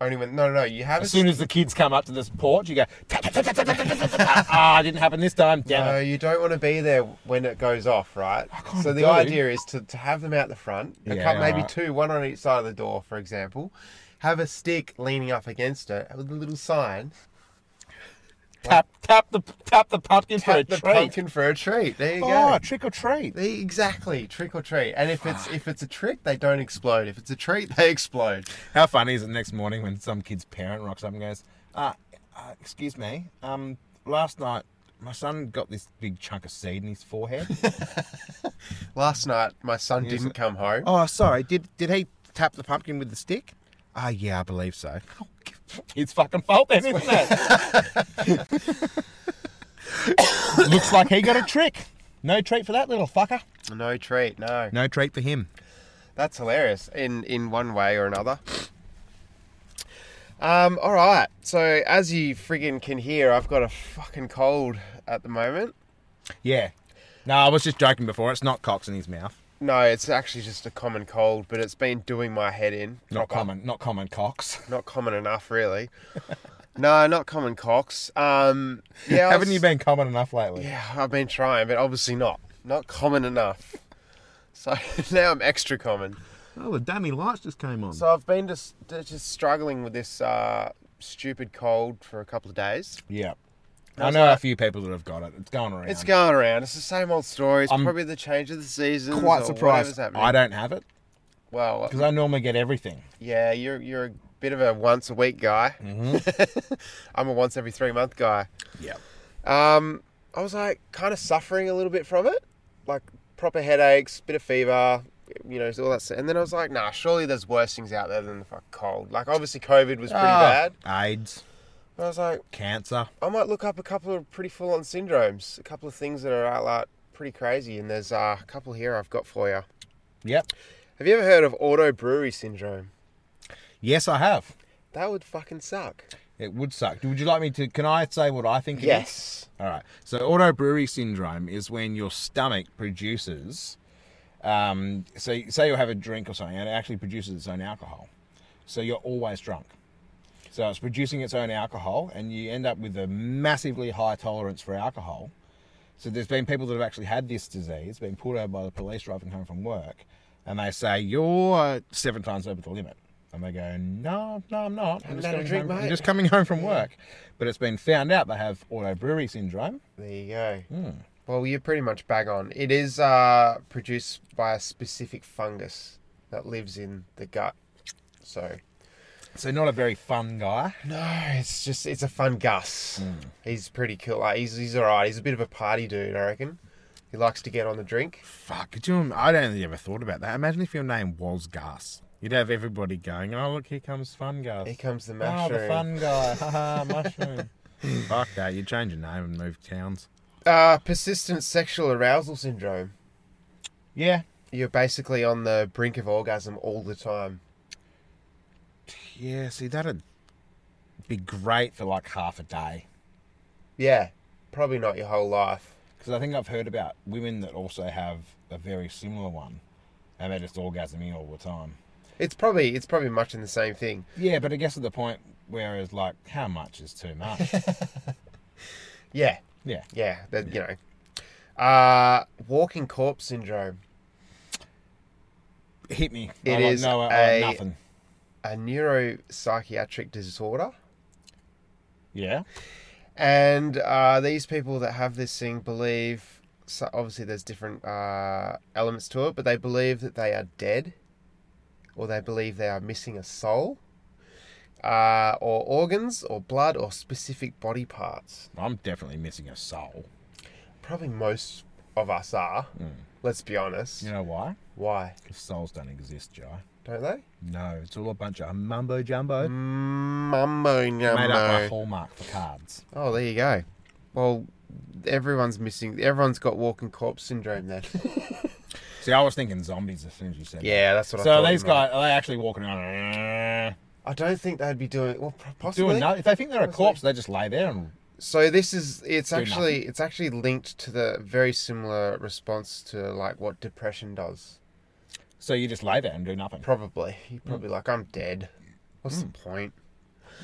B: Only when no, no, no, you have
A: As
B: a
A: soon as the kids come up to this porch, you go, "Tap, tap, tap, tap, tap, tap, tap, tap, tap." ah, didn't happen this time,
B: No,
A: damn it.
B: you don't want to be there when it goes off, right?
A: kinda
B: So the
A: do.
B: idea is to, to have them out the front, a
A: Yeah,
B: couple, maybe
A: alright.
B: two, one on each side of the door, for example. Have a stick leaning up against it with a little sign.
A: Tap tap the tap the pumpkin for a
B: Tap the
A: treat.
B: pumpkin for a treat. There you
A: Oh,
B: go.
A: trick or treat.
B: They- exactly, trick or treat. And if it's if it's a trick, they don't explode. If it's a treat, (laughs) they explode.
A: How funny is it next morning when some kid's parent rocks up and goes, uh, uh, "Excuse me, um, last night my son got this big chunk of seed in his forehead.
B: Last night, my son didn't come home.
A: oh, sorry, did did he tap the pumpkin with the stick? Ah, yeah, I believe so. (laughs) It's fucking fault then, isn't it? (laughs) Looks like he got a trick. No treat for that little fucker.
B: No treat, no.
A: No treat for him.
B: That's hilarious in in one way or another. Um, all right. So as you friggin' can hear, I've got a fucking cold at the moment.
A: Yeah. No, I was just joking before. It's not cocks in his mouth.
B: No, it's actually just a common cold, but it's been doing my head in.
A: Not
B: Proper.
A: common. Not common (laughs) cocks.
B: Not common enough, really.
A: (laughs)
B: no, not common cocks. Um, yeah, I
A: Haven't
B: was-
A: you been common enough lately?
B: Yeah, I've been trying, but obviously not. Not common enough. So (laughs) now I'm extra common.
A: Oh, the dammy lights just came on.
B: So I've been just just struggling with this uh, stupid cold for a couple of days.
A: yeah. I
B: How's
A: know a
B: that?
A: few people that have got it. It's going around.
B: It's going around. It's the same old story. It's
A: I'm
B: probably the change of the season.
A: quite surprised I
B: happening.
A: don't have it
B: Well,
A: because I normally get everything.
B: yeah, you're you're a bit of a once a week guy.
A: Mm-hmm.
B: (laughs) I'm a once every three month guy.
A: Yeah.
B: Um, I was like kind of suffering a little bit from it, like proper headaches, bit of fever, you know, all that. Stuff. And then I was like, nah, surely there's worse things out there than the fuck cold. Like obviously COVID was pretty
A: Ah.
B: bad.
A: AIDS,
B: But I was like,
A: cancer.
B: I might look up a couple of pretty full on syndromes, a couple of things that are out like pretty crazy. And there's uh, a couple here I've got for you.
A: Yep.
B: Have you ever heard of auto brewery syndrome?
A: Yes, I have.
B: That would fucking suck.
A: It would suck. Would you like me to? Can I say what I think? it is?
B: Yes.
A: All right. So autobrewery syndrome is when your stomach produces, um, so you- say you have a drink or something, and it actually produces its own alcohol. So you're always drunk. So it's producing its own alcohol, and you end up with a massively high tolerance for alcohol. So there's been people that have actually had this disease, been pulled over by the police driving home from work, and they say you're seven times over the limit, and they go, no, no, I'm not. I'm,
B: Haven't
A: just
B: had a
A: coming
B: drink,
A: home- I'm
B: mate."
A: just coming home from work. But it's been found out they have autobrewery syndrome.
B: There you go. Well, you're pretty much bang on. It is uh, produced by a specific fungus that lives in the gut. So
A: So not a very fun guy.
B: no, it's just it's a fun Gus. He's pretty cool. Like, he's he's all right. He's a bit of a party dude, I reckon. He likes to get on the drink.
A: Fuck, could you? I don't think you ever thought about that. Imagine if your name was Gus. You'd have everybody going, "Oh look, here comes Fun Gus."
B: Here comes the
A: oh,
B: mushroom.
A: the fun guy.
B: (laughs)
A: Haha, mushroom. Fuck that. You change your name and move towns.
B: uh, persistent sexual arousal syndrome.
A: Yeah.
B: You're basically on the brink of orgasm all the time.
A: Yeah. See, that'd be great for like half a day.
B: Yeah, probably not your whole life.
A: Because I think I've heard about women that also have a very similar one, and they're just orgasming all the time.
B: It's probably it's probably much in the same thing.
A: Yeah, but I guess at the point where it's like, how much is too
B: (laughs)
A: much?
B: Yeah,
A: yeah.
B: yeah, that you know. Uh, walking corpse syndrome,
A: Hit me.
B: It
A: I like,
B: is
A: no, I like
B: a-
A: nothing.
B: a neuropsychiatric disorder,
A: Yeah.
B: and uh, these people that have this thing believe. So obviously, there's different uh, elements to it, but they believe that they are dead, or they believe they are missing a soul, uh, or organs, or blood, or specific body parts.
A: I'm definitely missing a soul.
B: Probably most of us are.
A: Mm.
B: Let's be honest.
A: You know why?
B: Why
A: Because souls don't exist, Jai.
B: don't they?
A: No, it's all a bunch of mumbo jumbo
B: Mumbo
A: made up by
B: numbo.
A: Hallmark for cards.
B: Oh, there you go. Well, everyone's missing. Everyone's got walking corpse
A: (laughs)
B: syndrome then. (laughs)
A: See, I was thinking zombies as soon as you said
B: yeah, that's
A: that.
B: what I
A: So
B: thought.
A: these
B: you might-
A: guys, are they actually walking around?
B: I don't think they'd be doing well. pro- Possibly.
A: Doing nothing. If they think they're a
B: Honestly.
A: corpse, they just lay there and.
B: So this is. It's
A: Do
B: actually. It's actually linked to the very similar response to like what depression does.
A: So you just lay there and do nothing.
B: Probably.
A: Hmm.
B: You're probably like, I'm dead. What's the point?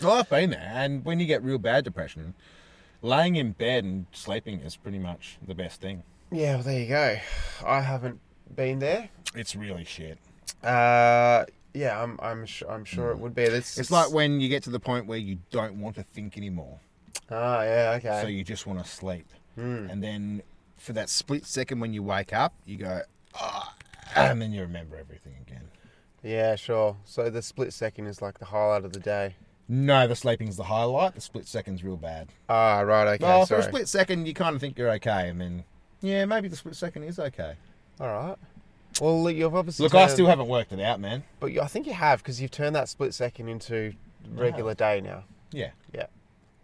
A: Well, I've been there, and when you get real bad depression, laying in bed and sleeping is pretty much the best thing.
B: Yeah. Well, there you go. I haven't been there.
A: It's really shit.
B: Uh, yeah,
A: Mm.
B: I'm I'm su- I'm sure it would be. This
A: It's like when you get to the point where you don't want to think anymore.
B: Oh, yeah, okay. Hmm.
A: So you just want to sleep. And then for that split second when you wake up, you go, "Ah," and then you remember everything again.
B: yeah, sure. So the split second is like the highlight of the day.
A: No, the sleeping's the highlight. The split second's real bad.
B: Ah, right, okay,
A: well,
B: sorry.
A: for a split second, you kind of think you're okay, and then, yeah, maybe the split second is okay.
B: All right. Well, look, you've obviously.
A: Look, I
B: turned-
A: still haven't worked it out, man.
B: But you, I think you have because you've turned that split second into regular day now.
A: Yeah,
B: Yeah.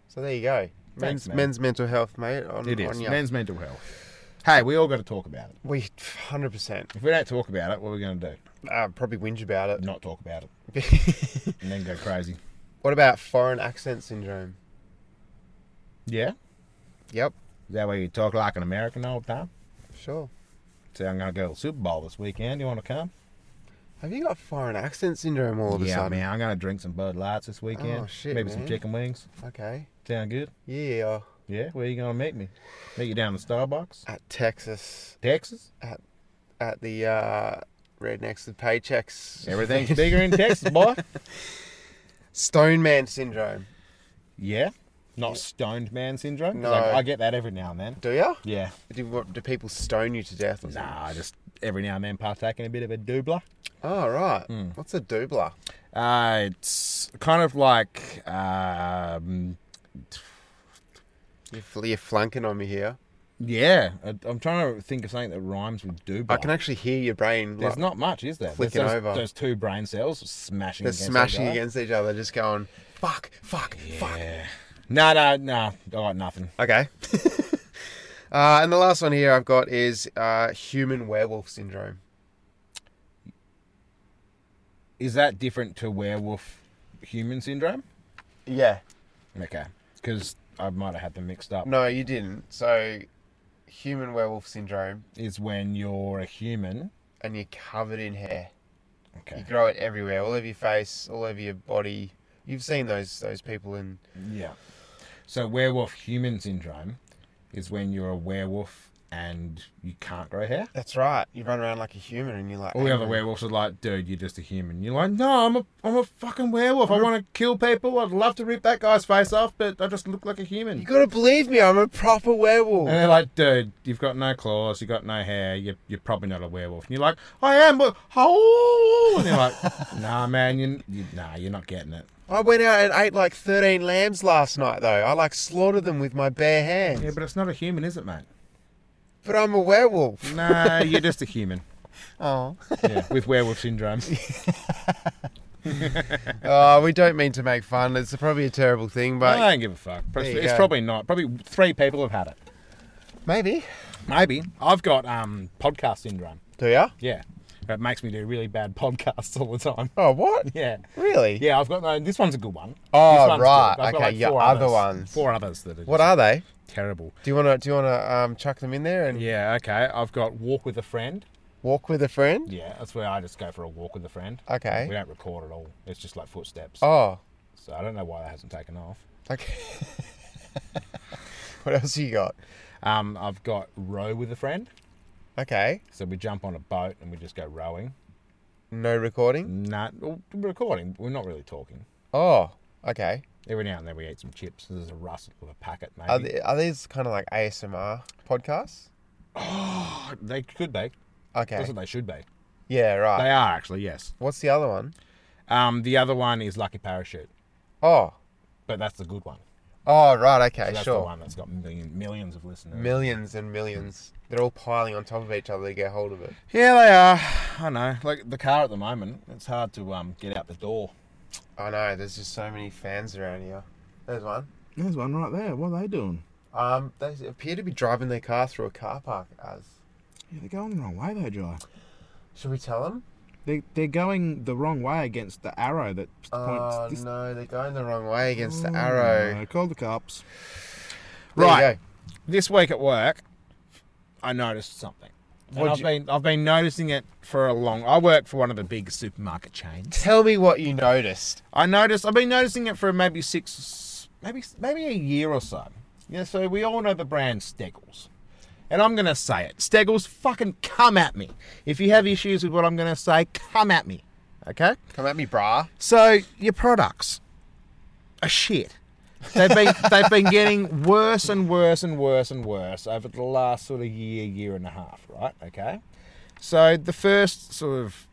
B: So there you go.
A: Thanks,
B: Men's,
A: man.
B: men's mental health, mate. On,
A: it is.
B: On ya.
A: Men's mental health. Hey, we all got to talk about it.
B: We hundred percent.
A: If we don't talk about it, what are we going to do?
B: Uh, probably whinge about it.
A: Not talk about it and then go crazy.
B: (laughs) what about foreign accent syndrome?
A: Yeah?
B: Yep.
A: Is that way you talk like an American all the time?
B: Sure.
A: Say, I'm going to go to the Super Bowl this weekend. You want to come?
B: Have you got foreign accent syndrome all of a
A: yeah,
B: sudden?
A: man. I'm going to drink some Bud Lights this weekend.
B: Oh, shit,
A: Maybe some
B: man.
A: chicken wings.
B: Okay.
A: Sound good?
B: Yeah.
A: Yeah? Where you going to meet me? Meet you down in Starbucks?
B: At Texas, (laughs)
A: Texas?
B: at the uh, rednecks with paychecks.
A: Everything's bigger in Texas, boy.
B: (laughs) Stone man syndrome.
A: Yeah. Not stoned man syndrome. 'cause
B: No.
A: I, I get that every now and then.
B: Do ya?
A: Yeah.
B: Do, what, do people stone you to death? Or something?
A: Nah, I just every now and then partake in a bit of a doobler.
B: Oh, right.
A: Hmm.
B: What's a doobler?
A: Uh, it's kind of like um,
B: You're, fl- you're flunking on me here.
A: yeah. I, I'm trying to think of something that rhymes with doobler.
B: I can actually hear your brain.
A: There's
B: Like,
A: not much, is there? There's
B: Flicking
A: those,
B: over.
A: those two brain cells smashing.
B: they're
A: against
B: smashing
A: each other.
B: against each other, just going, fuck, fuck, fuck.
A: Yeah. No, no, no. I got nothing.
B: Okay. (laughs) uh, and the last one here I've got is uh, human werewolf syndrome.
A: Is that different to werewolf human syndrome?
B: Yeah.
A: Okay, because I might have had them mixed up.
B: No, you didn't. So, human werewolf syndrome,
A: Is when you're a human.
B: and you're covered in hair. You
A: Okay.
B: grow it everywhere, all over your face, all over your body. You've seen those those people in
A: Yeah. So werewolf human syndrome is when you're a werewolf and you can't grow hair.
B: That's right. You run around like a human and you're like.
A: All the other
B: angry.
A: werewolves are like, dude, you're just a human. You're like, no, I'm a, I'm a fucking werewolf. I want to kill people. I'd love to rip that guy's face off, but I just look like a human.
B: You gotta believe me, I'm a proper werewolf.
A: And they're like, dude, you've got no claws, you've got no hair, you're, you're probably not a werewolf. And you're like, I am, but oh! And they're like, nah, man, you, you, nah, you're not getting it.
B: I went out and ate like 13 lambs last night, though. I like slaughtered them with my bare hands.
A: Yeah, but it's not a human, is it, mate?
B: But I'm a werewolf.
A: Nah, you're just a human.
B: Oh.
A: Yeah, with werewolf syndrome.
B: (laughs) oh, we don't mean to make fun. It's probably a terrible thing, but
A: I don't give a fuck. It's,
B: you
A: it's
B: go.
A: probably not. Probably three people have had it.
B: maybe.
A: Maybe. I've got um, podcast syndrome.
B: Do ya?
A: Yeah. It makes me do really bad podcasts all the time. (laughs)
B: Oh, what?
A: Yeah.
B: Really?
A: Yeah, I've got no, this one's a good one.
B: Oh,
A: This one's good.
B: right.
A: I've got,
B: Okay,
A: like,
B: your
A: four
B: other
A: others-
B: ones.
A: Four others that are
B: What
A: just
B: are they?
A: terrible.
B: Do you wanna do you wanna um, chuck them in there and
A: Yeah, okay. I've got walk with a friend.
B: walk with a friend?
A: Yeah, that's where I just go for a walk with a friend.
B: Okay.
A: We don't record at all. It's just like footsteps.
B: Oh,
A: So I don't know why that hasn't taken off.
B: okay. (laughs) what else you got?
A: Um, I've got row with a friend.
B: Okay.
A: So we jump on a boat and we just go rowing.
B: No recording.
A: Nah, well, we're recording. We're not really talking.
B: Oh, okay.
A: Every now and then we eat some chips. There's a rustle of a packet, maybe.
B: Are, the are these kind of like ASMR podcasts?
A: Oh, they could be.
B: Okay.
A: That's what they should be.
B: Yeah, right.
A: They are actually, yes.
B: What's the other one?
A: Um, the other one is Lucky Parachute,
B: Oh,
A: but that's the good one.
B: oh, right. Okay,
A: That's the
B: sure.
A: one that's got million, millions of listeners.
B: Millions and millions. They're all piling on top of each other to get hold of it.
A: Yeah, they are. I know. Like the car at the moment, it's hard to um get out the door.
B: I know. There's just so many fans around here. There's one.
A: There's one right there. What are they doing?
B: Um, they appear to be driving their car through a car park. As
A: Yeah, they're going the wrong way, though, Jai.
B: should we tell them?
A: They they're going the wrong way against the arrow that points. Uh,
B: Oh no, they're going the wrong way against the arrow.
A: call the cops.
B: There you
A: Right.
B: go.
A: This week at work, I noticed something. And
B: What'd
A: I've
B: you-
A: been I've been noticing it for a long. I work for one of the big supermarket chains.
B: Tell me what you noticed.
A: I noticed. I've been noticing it for maybe six, maybe maybe a year or so. Yeah. So we all know the brand Steggles, and I'm gonna say it. Steggles, fucking come at me. If you have issues with what I'm gonna say, come at me. Okay.
B: Come at me, brah.
A: So your products are shit. They've been (laughs) they've been getting worse and worse and worse and worse over the last sort of year, year and a half, right? Okay. So the first sort of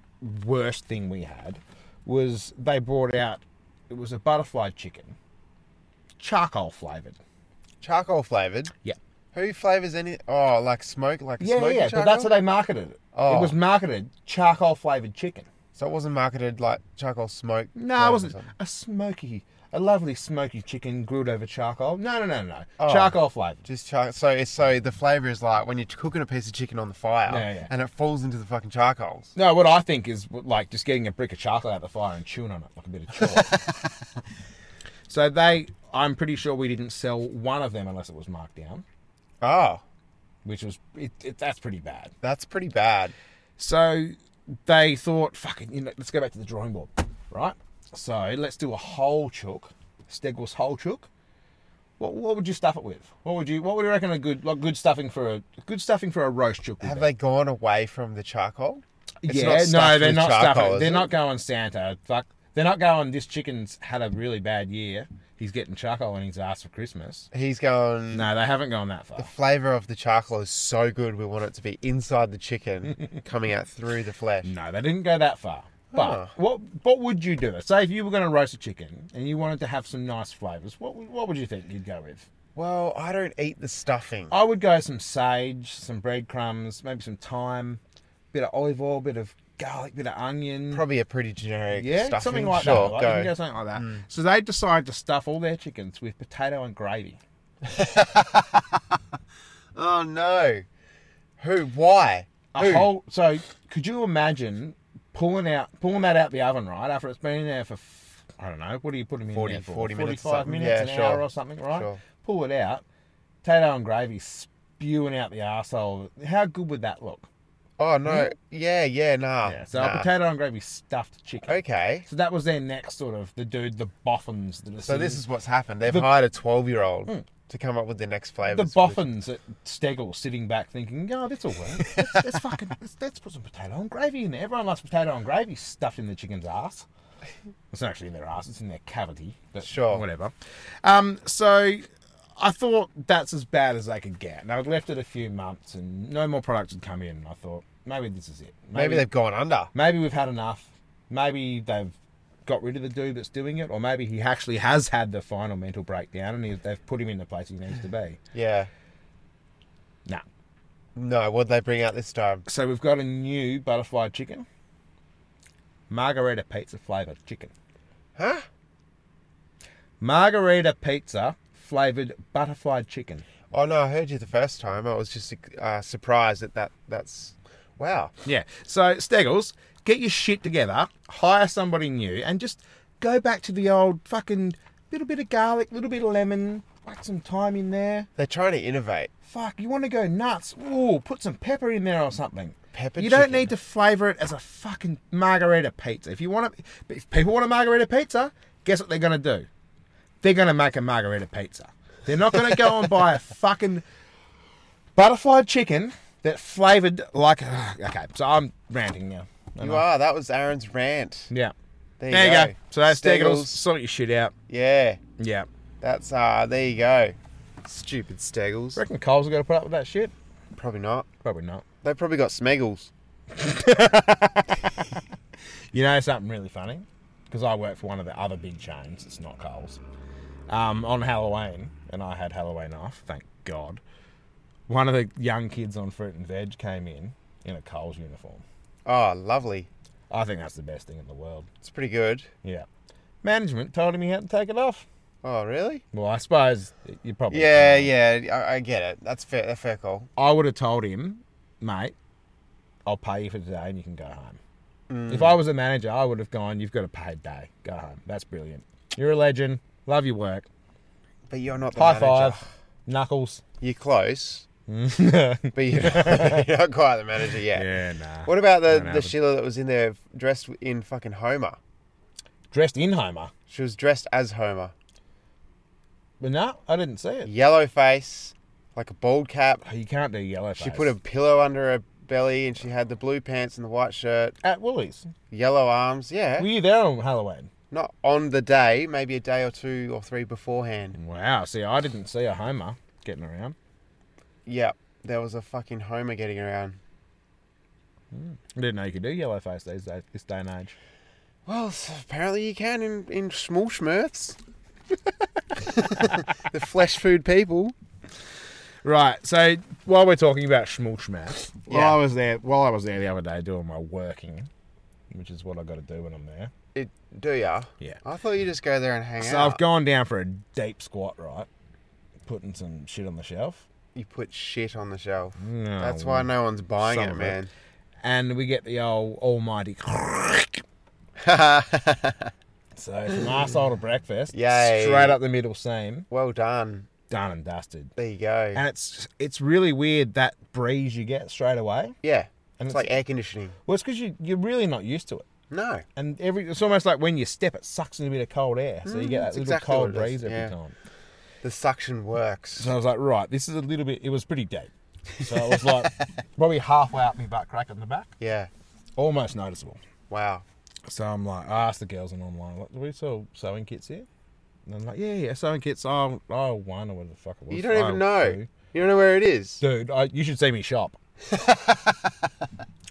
A: worst thing we had was they brought out it was a butterfly chicken, charcoal flavored.
B: Charcoal flavored.
A: Yeah.
B: Who flavors any? Oh, like smoke, like
A: Yeah,
B: smoky
A: yeah,
B: charcoal.
A: but that's how they marketed it. It
B: Oh.
A: was marketed charcoal flavored chicken.
B: so it wasn't marketed like charcoal smoke.
A: No,
B: flavour
A: it
B: or
A: wasn't.
B: something.
A: A smoky, a lovely smoky chicken grilled over charcoal. No, no, no, no.
B: Oh.
A: Charcoal flavored.
B: Just char- so it's- so the flavor is like when you're cooking a piece of chicken on the fire
A: Yeah, yeah.
B: and it falls into the fucking charcoals.
A: No, what I think is like just getting a brick of charcoal out of the fire and chewing on it like a bit of chalk. so they, I'm pretty sure we didn't sell one of them unless it was marked down,
B: Oh,
A: which was it, it, that's pretty bad.
B: that's pretty bad.
A: So they thought, fucking, you know, let's go back to the drawing board, right? So let's do a whole chook, Stegwell's whole chook. What, what would you stuff it with? What would you What would you reckon a good like good stuffing for a good stuffing for a roast chook? Would
B: Have
A: be?
B: they gone away from the charcoal? It's not
A: yeah, no,
B: stuffed
A: they're
B: with
A: not
B: charcoal,
A: stuffing.
B: is
A: They're
B: it?
A: not going Santa. Fuck. They're not going. This chicken's had a really bad year. He's getting charcoal and he's asked for Christmas.
B: He's going.
A: No, they haven't gone that far.
B: The flavor of the charcoal is so good. We want it to be inside
A: (laughs)
B: the chicken, coming out through the flesh.
A: No, they didn't go that far. But
B: Huh.
A: what what would you do? Say if you were going to roast a chicken and you wanted to have some nice flavors, what would- what would you think you'd go with?
B: Well, I don't eat the stuffing.
A: I would go some sage, some breadcrumbs, maybe some thyme, bit of olive oil, bit of garlic, bit of onion.
B: Probably a pretty generic
A: yeah,
B: stuffing.
A: something like
B: sure,
A: that. Like, you
B: Go.
A: can go something like that. So they decide to stuff all their chickens with potato and gravy.
B: Oh no. Who? Why?
A: a
B: Who?
A: whole. So could you imagine pulling out pulling that out the oven right after it's been in there for f- I don't know what do you put them in
B: 40
A: there for
B: 40 minutes or
A: 45
B: something.
A: minutes
B: Yeah,
A: an
B: sure.
A: hour or something right
B: Sure.
A: pull it out potato and gravy spewing out the arsehole how good would that look
B: Oh no. Yeah, yeah, nah.
A: Hmm? yeah, so a
B: Uh, nah.
A: potato and gravy stuffed chicken
B: Okay.
A: so that was their next sort of the dude the boffins that are
B: So
A: sitting-
B: this is what's happened. They've hired a twelve-year-old to come up with the next flavor.
A: Hmm. the boffins at Stegall sitting back thinking, oh, this will work.
B: (laughs)
A: Let's, let's fucking, let's, let's put some potato and gravy in there. Everyone likes potato and gravy stuffed in the chicken's ass. It's not actually in their ass, it's in their cavity. But
B: Sure.
A: Whatever. Um, so I thought that's as bad as they could get. And I'd left it a few months and no more products had come in. And I thought, maybe this is it.
B: Maybe they've gone under.
A: Maybe we've had enough. Maybe they've got rid of the dude that's doing it, or maybe he actually has had the final mental breakdown and he, they've put him in the place he needs to be.
B: Yeah.
A: Nah.
B: No. What'd they bring out this time?
A: So we've got a new butterfly chicken, margarita pizza flavored chicken,
B: Huh?
A: margarita pizza flavored butterfly chicken.
B: Oh no, I heard you the first time. I was just uh, surprised that, that that's wow.
A: Yeah. So Steggles, get your shit together, hire somebody new, and just go back to the old fucking little bit of garlic, little bit of lemon, whack some thyme in there.
B: They're trying to innovate.
A: Fuck, you want to go nuts? Ooh, put some pepper in there or something.
B: Pepper
A: You don't
B: chicken.
A: need to flavour it as a fucking margarita pizza. If you want to, if people want a margarita pizza, guess what they're gonna do? They're gonna make a margarita pizza. They're not gonna go and buy a fucking butterfly chicken that flavoured like. (sighs) okay, so I'm ranting now.
B: You are. That was Aaron's rant.
A: Yeah.
B: There,
A: There, you go. So that's Steggles.
B: Steggles.
A: Sort your shit out.
B: Yeah.
A: Yeah.
B: That's uh. There you go. Stupid Steggles.
A: Reckon Coles are gonna put up with that shit?
B: Probably not.
A: Probably not.
B: They probably got Smeggles.
A: You know something really funny? Because I work for one of the other big chains. It's not Coles. Um, on Halloween, and I had Halloween off. Thank God. One of the young kids on fruit and veg came in in a Coles uniform.
B: Oh, lovely.
A: I think that's the best thing in the world.
B: It's pretty good.
A: Yeah. Management told him he had to take it off.
B: Oh, really?
A: Well, I suppose you probably
B: Yeah, yeah. I, I get it. That's fair. That's fair call.
A: I would have told him, mate, I'll pay you for today and you can go home. If I was a manager, I would have gone, you've got a paid day. Go home. That's brilliant. You're a legend. Love your work.
B: But you're not the
A: High
B: manager.
A: five. Knuckles. (laughs)
B: You're close,
A: yeah,
B: but you're, you're not (laughs) quite the manager yet.
A: nah.
B: What about the,
A: Don't
B: the
A: happen.
B: Sheila that was in there dressed in fucking Homer?
A: Dressed in Homer.
B: She was dressed as Homer.
A: But no, I didn't see it.
B: Yellow face, like a bald cap.
A: You can't do yellow
B: She put a pillow under her belly and she had the blue pants and the white shirt,
A: At Woolies.
B: yellow arms. Yeah.
A: Were you there on Halloween?
B: not on the day, maybe a day or two or three beforehand.
A: Wow. See, I didn't see a Homer getting around.
B: Yeah, there was a fucking Homer getting around.
A: I didn't know you could do yellow face these days, this day and age.
B: Well, s- apparently you can in, in
A: (laughs)
B: small schmurfs. (laughs) the flesh food people.
A: Right. So while we're talking about schmulschmass,
B: Yeah.
A: while I was there, while I was there the other day doing my working, which is what I got to do when I'm there.
B: It, do ya?
A: Yeah.
B: I thought you just go there and hang
A: So
B: out.
A: I've gone down for a deep squat, right? Putting some shit on the shelf.
B: you put shit on the shelf.
A: No.
B: That's why no one's buying
A: Mm. some
B: it,
A: of
B: man.
A: And we get the old almighty. (laughs) so from arsehole to breakfast,
B: Yay.
A: straight up the middle seam,
B: (laughs) well done.
A: done and dusted.
B: There you go.
A: And it's it's really weird that breeze you get straight away.
B: yeah.
A: And
B: it's
A: it's-
B: like air conditioning.
A: Well, it's because you you're really not used to it.
B: No.
A: and every it's almost like when you step, it sucks in a bit of cold air, so you get that
B: that's
A: little
B: Mm, exactly
A: cold
B: what it is,
A: breeze every
B: yeah.
A: time.
B: The suction works.
A: So I was like, right, this is a little bit. It was pretty deep, so I was
B: (laughs)
A: like probably halfway up my butt crack on the back,
B: Yeah.
A: almost noticeable.
B: Wow.
A: So I'm like, I asked the girls in online, like, do we sell sewing kits here? And I'm like, yeah, yeah, sewing kits. Oh, oh, one or whatever the fuck it was.
B: You don't even
A: Oh,
B: know.
A: two.
B: You don't know where it is.
A: dude. I, you should see me shop.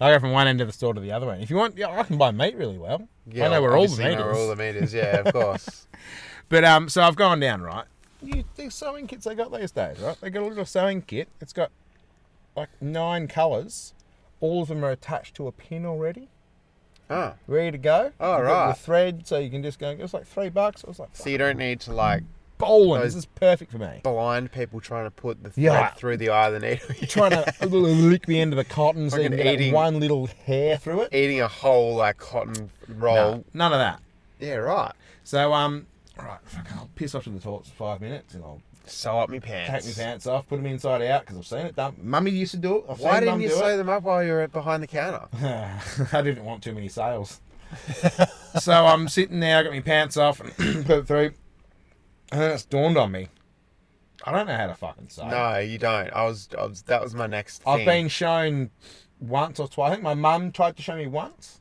A: I go from one end of the store to the other end. If you want, yeah, I can buy meat really well. I know where all the
B: obviously
A: meat
B: you know where
A: is.
B: all the meat is. Yeah,
A: (laughs)
B: of course.
A: But um, so I've gone down right. You, these sewing kits they got these days, right? They got a little sewing kit. It's got like nine colours. All of them are attached to a pin already,
B: oh.
A: ready to go.
B: Oh,
A: You've got
B: right.
A: The thread, so you can just go. It was like three bucks. I was like,
B: So you don't need to like
A: bowling. This
B: those-
A: is perfect for me.
B: blind people trying to put the thread
A: Yeah.
B: through the eye of the needle. (laughs)
A: Trying (laughs) to lick the end of the cotton so you
B: Fucking
A: can get that
B: eating-
A: one little hair through it.
B: Eating a whole like cotton roll.
A: No, none of that.
B: Yeah, right.
A: So um, right, fuck, I'll piss off to the toilet for five minutes and I'll
B: Sew up my
A: take
B: pants.
A: my pants off, put them inside out because I've seen it done. Mummy used to do it. I've
B: Why
A: seen
B: didn't
A: Mum
B: you
A: do it.
B: sew them up while you were behind the counter?
A: (laughs) I didn't want too many (laughs) sales. so I'm sitting there, I got my pants off and (clears throat) put it through. And then it's dawned on me. I don't know how to fucking sew.
B: No, you don't. I was, I was. That was my next.
A: I've
B: thing.
A: been shown once or twice. I think my mum tried to show me once.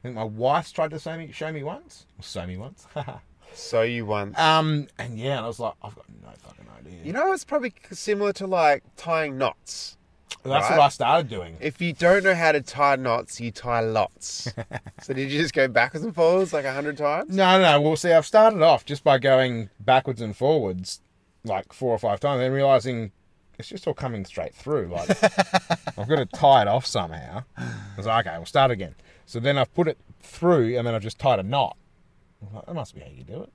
A: I think my wife's tried to show me show me once. Or sew me once. (laughs)
B: So you once.
A: um and yeah, and I was like, I've got no fucking idea.
B: You know, it's probably similar to like tying knots.
A: That's
B: right.
A: what I started doing.
B: If you don't know how to tie knots, you
A: (laughs)
B: tie lots. so did you just go backwards and forwards like a hundred times?
A: No, no, no. Well, see, I've started off just by going backwards and forwards like four or five times, then realizing it's just all coming straight through. Like
B: (laughs)
A: I've got to tie it off somehow. I was like, okay, we'll start again. So then I've put it through, and then I've just tied a knot. I'm like, that must be how you do it.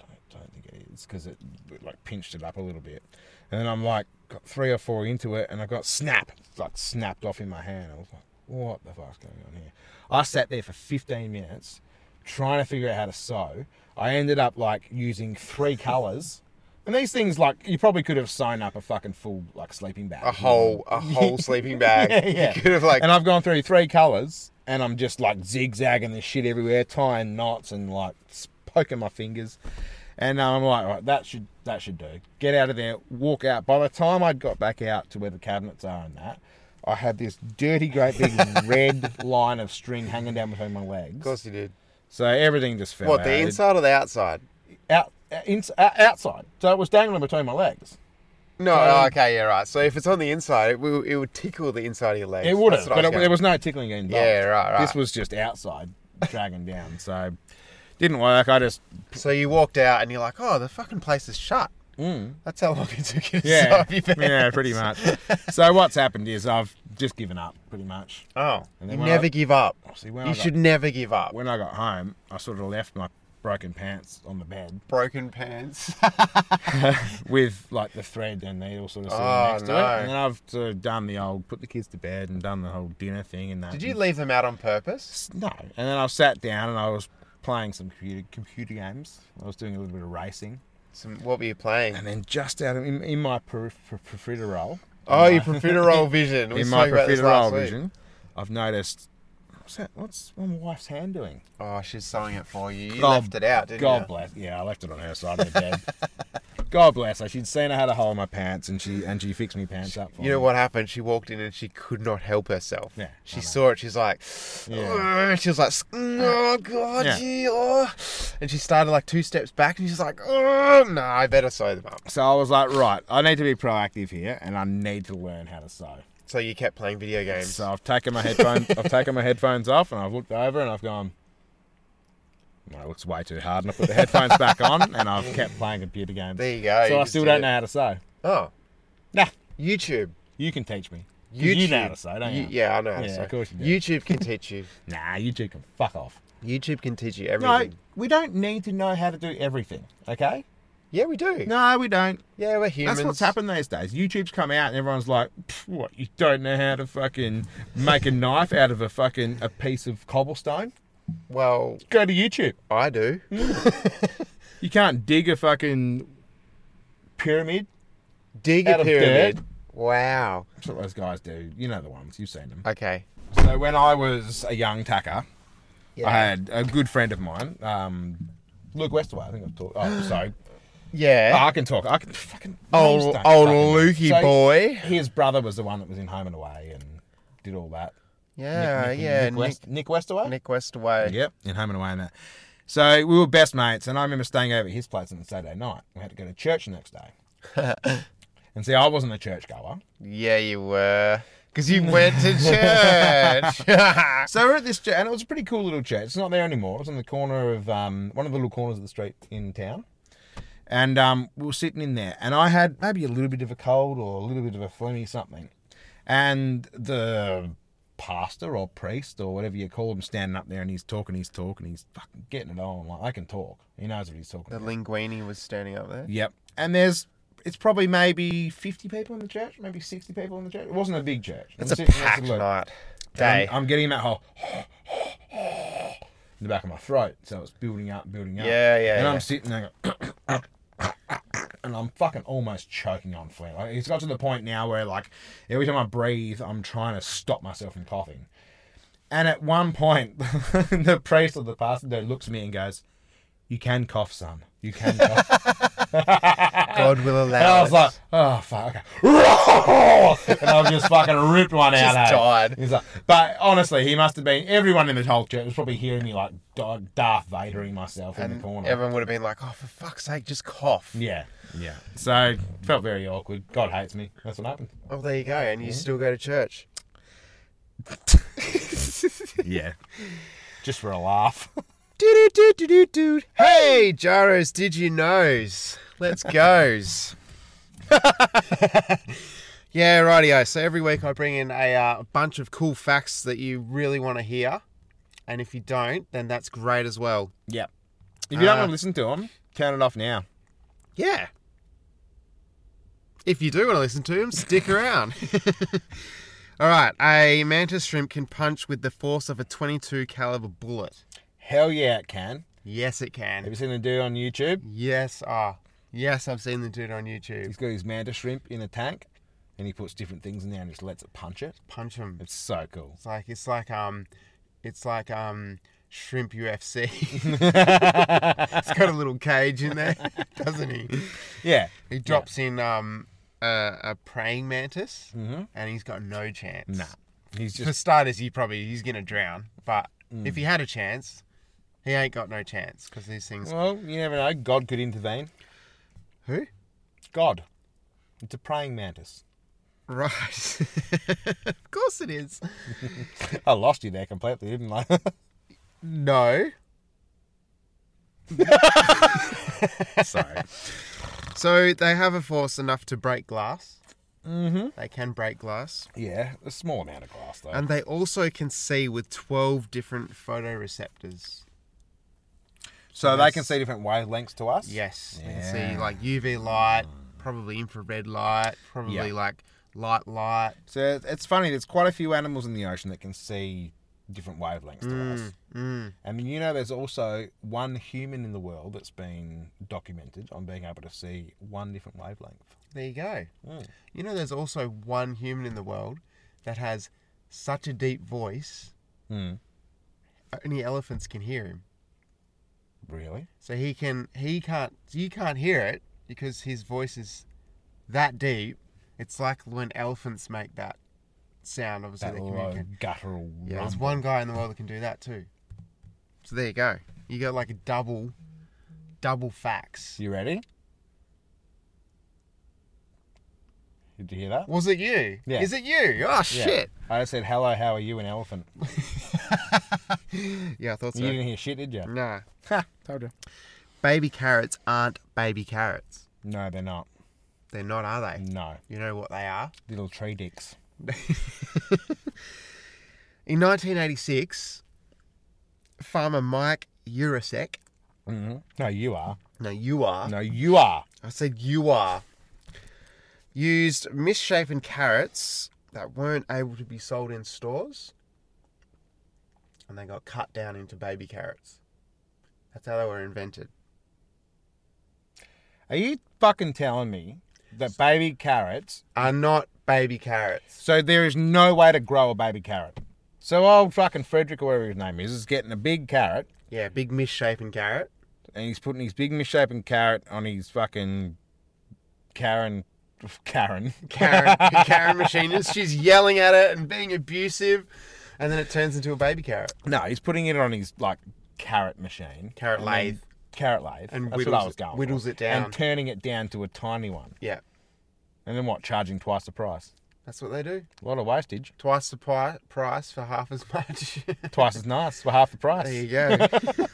A: I don't think it is because it, it, like pinched it up a little bit, and then I'm like got three or four into it, and I got snap It's, like snapped off in my hand. I was like, what the fuck's going on here? I sat there for 15 minutes trying to figure out how to sew. I ended up like using three colors. And these things, like you probably could have sewn up a fucking full like sleeping bag,
B: A whole,
A: (laughs)
B: a whole sleeping bag.
A: yeah, yeah.
B: You could have like.
A: and I've gone through three colours, and I'm just like zigzagging this shit everywhere, tying knots and like s- poking my fingers. And um, I'm like, right, that should that should do. Get out of there, walk out. By the time I got back out to where the cabinets are and that, I had this dirty, great
B: (laughs)
A: big red line of string hanging down between my legs.
B: Of course you did.
A: So everything just fell
B: What
A: out.
B: the
A: It-
B: inside or the outside?
A: out, uh, ins- out- outside. So it was dangling between my legs.
B: No.
A: So-
B: oh, okay. Yeah. Right. So if it's on the inside, it will, it would tickle the inside of your legs.
A: It would
B: That's
A: have,
B: what I
A: but it,
B: was
A: there was no tickling involved.
B: Yeah, right, right.
A: This was just outside dragging down, so didn't work. I just
B: going- so you walked out and you're like, oh, the fucking place is shut. Mm. That's how long it took you
A: (laughs)
B: to sew (laughs)
A: yeah,
B: up your pants.
A: yeah, pretty much. so what's happened is I've just given up, pretty much.
B: Oh,
A: And
B: you
A: then when
B: never
A: I-
B: give up.
A: See, when I
B: You
A: got-
B: should never give up.
A: When I got home, I sort of left my broken pants on the bed
B: Broken
A: (laughs)
B: pants.
A: with like the thread and needle sort of sitting
B: Oh,
A: next
B: no.
A: to it, and then I've sort of done the old put the kids to bed and done the whole dinner thing and that.
B: Did you leave them out on purpose?
A: No. And then I sat down and I was playing some computer computer games. I was doing a little bit of racing.
B: Some, what were you playing?
A: And then just out of in, in my per, per, profiterole,
B: Oh,
A: (laughs)
B: your profiterole vision. We
A: in my
B: spoke about this
A: profiterole
B: last week.
A: vision, I've noticed what's that? What's my wife's hand doing?
B: Oh, she's sewing it for you. You
A: God-
B: left it out, didn't
A: God
B: you?
A: bless. Yeah, I left it on her side of the bed. (laughs) God bless her. She'd seen I had a hole in my pants, and she and she fixed me pants up. For
B: You know
A: me.
B: what happened? She walked in and she could not help herself.
A: Yeah, I
B: she
A: know.
B: saw it. She's like,
A: Yeah.
B: "Ugh," she was like, "Oh God,
A: Yeah.
B: gee, oh." and she started like two steps back, and she's like, "Oh no, I better sew them up."
A: So I was like, right, I need to be proactive here, and I need to learn how to sew.
B: So you kept playing video games.
A: So I've taken my headphones. I've taken my headphones off, and I've looked over, and I've gone. Well, it looks way too hard, and I put the headphones back on, and I've kept playing computer games.
B: There you go.
A: so
B: you
A: I
B: just
A: still
B: did
A: don't
B: it.
A: know how to sew.
B: Oh,
A: Nah,
B: YouTube.
A: you can teach me. 'Cause You know how to sew, don't you?
B: You- Yeah, I know how to
A: Yeah,
B: sew.
A: of course you do.
B: YouTube can teach you.
A: Nah, you two can fuck off.
B: YouTube can teach you
A: No,
B: everything.
A: we don't need to know how to do everything. Okay?
B: Yeah, we do.
A: No, we don't.
B: Yeah, we're humans.
A: That's what's happened these days. YouTube's come out and everyone's like, "Pff, "What? You don't know how to fucking make a knife out of a fucking a piece of cobblestone?
B: Well,
A: Go to YouTube.
B: I do.
A: You can't dig a fucking pyramid.
B: Dig
A: Out
B: a
A: of
B: pyramid.
A: dirt.
B: Wow.
A: That's what those guys do. You know the ones. You've seen them.
B: Okay.
A: So when I was a young tacker,
B: Yeah.
A: I had a good friend of mine, um, Luke Westaway. I think I've talked. Oh, sorry. Oh,
B: Yeah.
A: I can talk. I can fucking.
B: Eh?
A: names
B: Old-
A: don't
B: old
A: fucking-
B: Lukey boy.
A: His brother was the one that was in Home and Away and did all that.
B: yeah, yeah.
A: Nick, West, Nick Westaway.
B: Nick Westaway.
A: Yep, in Home and Away and that. So we were best mates, and I remember staying over at his place on Saturday night. We had to go to church the next day.
B: (laughs)
A: and see, I wasn't a churchgoer.
B: Yeah, you were. Because you went
A: (laughs)
B: to church. (laughs)
A: So we're at this church, and it was a pretty cool little church. It's not there anymore. It was on the corner of um, one of the little corners of the street in town. And um, we were sitting in there, and I had maybe a little bit of a cold or a little bit of a phlegmy something. And the pastor or priest or whatever you call him standing up there, and he's talking, he's talking, he's fucking getting it on. Like, I can talk. He knows what he's talking
B: the
A: about.
B: linguini was standing up there.
A: Yep. And there's. It's probably maybe 50 people in the church, maybe 60 people in the church. It wasn't a big church.
B: It's
A: I'm
B: a
A: sitting there, it's
B: packed
A: like-
B: night. Day.
A: I'm, I'm getting that whole (sighs) in the back of my throat, so it's building up, building up.
B: Yeah, yeah,
A: And
B: yeah.
A: I'm sitting there, going, (coughs) and I'm fucking almost choking on phlegm. Like, it's got to the point now where like every time I breathe, I'm trying to stop myself from coughing. And at one point, (laughs) the priest or the pastor there looks at me and goes, "You can cough, son. You can cough."
B: (laughs) God will allow
A: And (laughs) I was
B: it.
A: like, oh fuck, okay. (laughs) and I just fucking ripped one out.
B: Just
A: hey.
B: died.
A: He's like, but honestly, he must have been. Everyone in the whole church was probably hearing me like Dar- Darth Vadering myself in the corner.
B: Everyone would have been like, oh, for fuck's sake, just cough.
A: yeah, yeah. So felt very awkward. God hates me. That's what happened.
B: Oh, there you go. And you still go to church.
A: (laughs) Yeah, just for a laugh.
B: Do do do do do do. Hey, Jaros, did you knows? Let's goes. (laughs) yeah, rightio. So every week I bring in a uh, bunch of cool facts that you really want to hear, and if you don't, then that's great as well.
A: (laughs) Yep. If you don't
B: Uh,
A: want to listen to him, turn it off now.
B: Yeah. If you do want to listen to him, stick around. All right, a mantis shrimp can punch with the force of a 22 caliber bullet.
A: Hell yeah, it can.
B: Yes, it
A: Have
B: can.
A: you seen the dude on YouTube?
B: Yes, ah, yes, I've seen the dude on YouTube.
A: He's got his manta shrimp in a tank, and he puts different things in there and just lets it punch it.
B: Punch him.
A: It's so cool.
B: It's like it's like um, it's like um, shrimp
A: (laughs)
B: UFC. it's got a little cage in there, (laughs) doesn't he?
A: Yeah.
B: He drops in um a, a praying mantis, and he's got no chance.
A: Mm-hmm. Nah. He's
B: For
A: just Mm.
B: starters, he probably he's gonna drown. But if he had a chance, he ain't got no chance because these
A: (laughs)
B: things.
A: well, you never know. God could intervene.
B: Who?
A: God. It's a praying mantis. (laughs)
B: Right. (laughs) of course it is.
A: I lost you there completely, didn't I? (laughs)
B: No.
A: Sorry.
B: So they have a force enough to break glass.
A: mm-hmm.
B: They can break glass.
A: Yeah, a small amount of glass though.
B: And they also can see with 12 different photoreceptors.
A: so they can see different wavelengths to us.
B: Yes. They can
A: Yeah.
B: see like UV light, probably infrared light, probably
A: Yeah.
B: like light light.
A: So it- it's funny. There's quite a few animals in the ocean that can see different wavelengths to us.
B: Mm.
A: I mean, you know, there's also one human in the world that's been documented on being able to see one different wavelength.
B: There you go.
A: Mm.
B: You know, there's also one human in the world that has such a deep voice,
A: Mm.
B: only elephants can hear him.
A: Really?
B: So he can, he can't, you can't hear it because his voice is that deep. It's like when elephants make that sound. Obviously,
A: That
B: they
A: low
B: communicate.
A: guttural
B: Yeah, there's
A: rumble.
B: one guy in the world that can do that too. So there you go. You got like a double double facts.
A: You ready? Did you hear that?
B: Was it you?
A: Yeah.
B: Is it you? Oh
A: Yeah.
B: shit.
A: I just said, hello, how are you, an
B: (laughs)
A: elephant?
B: Yeah, I thought so.
A: You didn't hear shit, did you?
B: No.
A: Ha, told you.
B: Baby carrots aren't baby carrots.
A: No, they're not.
B: They're not, are they?
A: No.
B: You know what they are?
A: Little tree dicks.
B: In 1986, farmer Mike Urasek, Mm-hmm.
A: hmm No, you are.
B: no, you are,
A: No, you are.
B: I said you are, used misshapen carrots that weren't able to be sold in stores and they got cut down into baby carrots. That's how they were invented.
A: Are you fucking telling me that baby carrots?
B: Are not baby carrots.
A: So there is no way to grow a baby carrot. So old fucking Frederick, or whatever his name is, is getting a big carrot
B: Yeah, big misshapen carrot.
A: and he's putting his big misshapen carrot on his fucking Karen. (laughs) Karen.
B: Karen, Karen machinist. She's yelling at it and being abusive, and then it turns into a baby carrot.
A: No, he's putting it on his like carrot machine.
B: Carrot
A: And then-
B: lathe.
A: Carrot lathe.
B: And
A: That's
B: whittles
A: what I was
B: it-
A: going for.
B: whittles it down.
A: And turning it down to a tiny one.
B: Yeah,
A: And then what? Charging twice the price.
B: that's what they do.
A: A lot of wastage.
B: Twice the pri- price for half as (laughs) much.
A: Twice as nice for half the
B: there
A: price.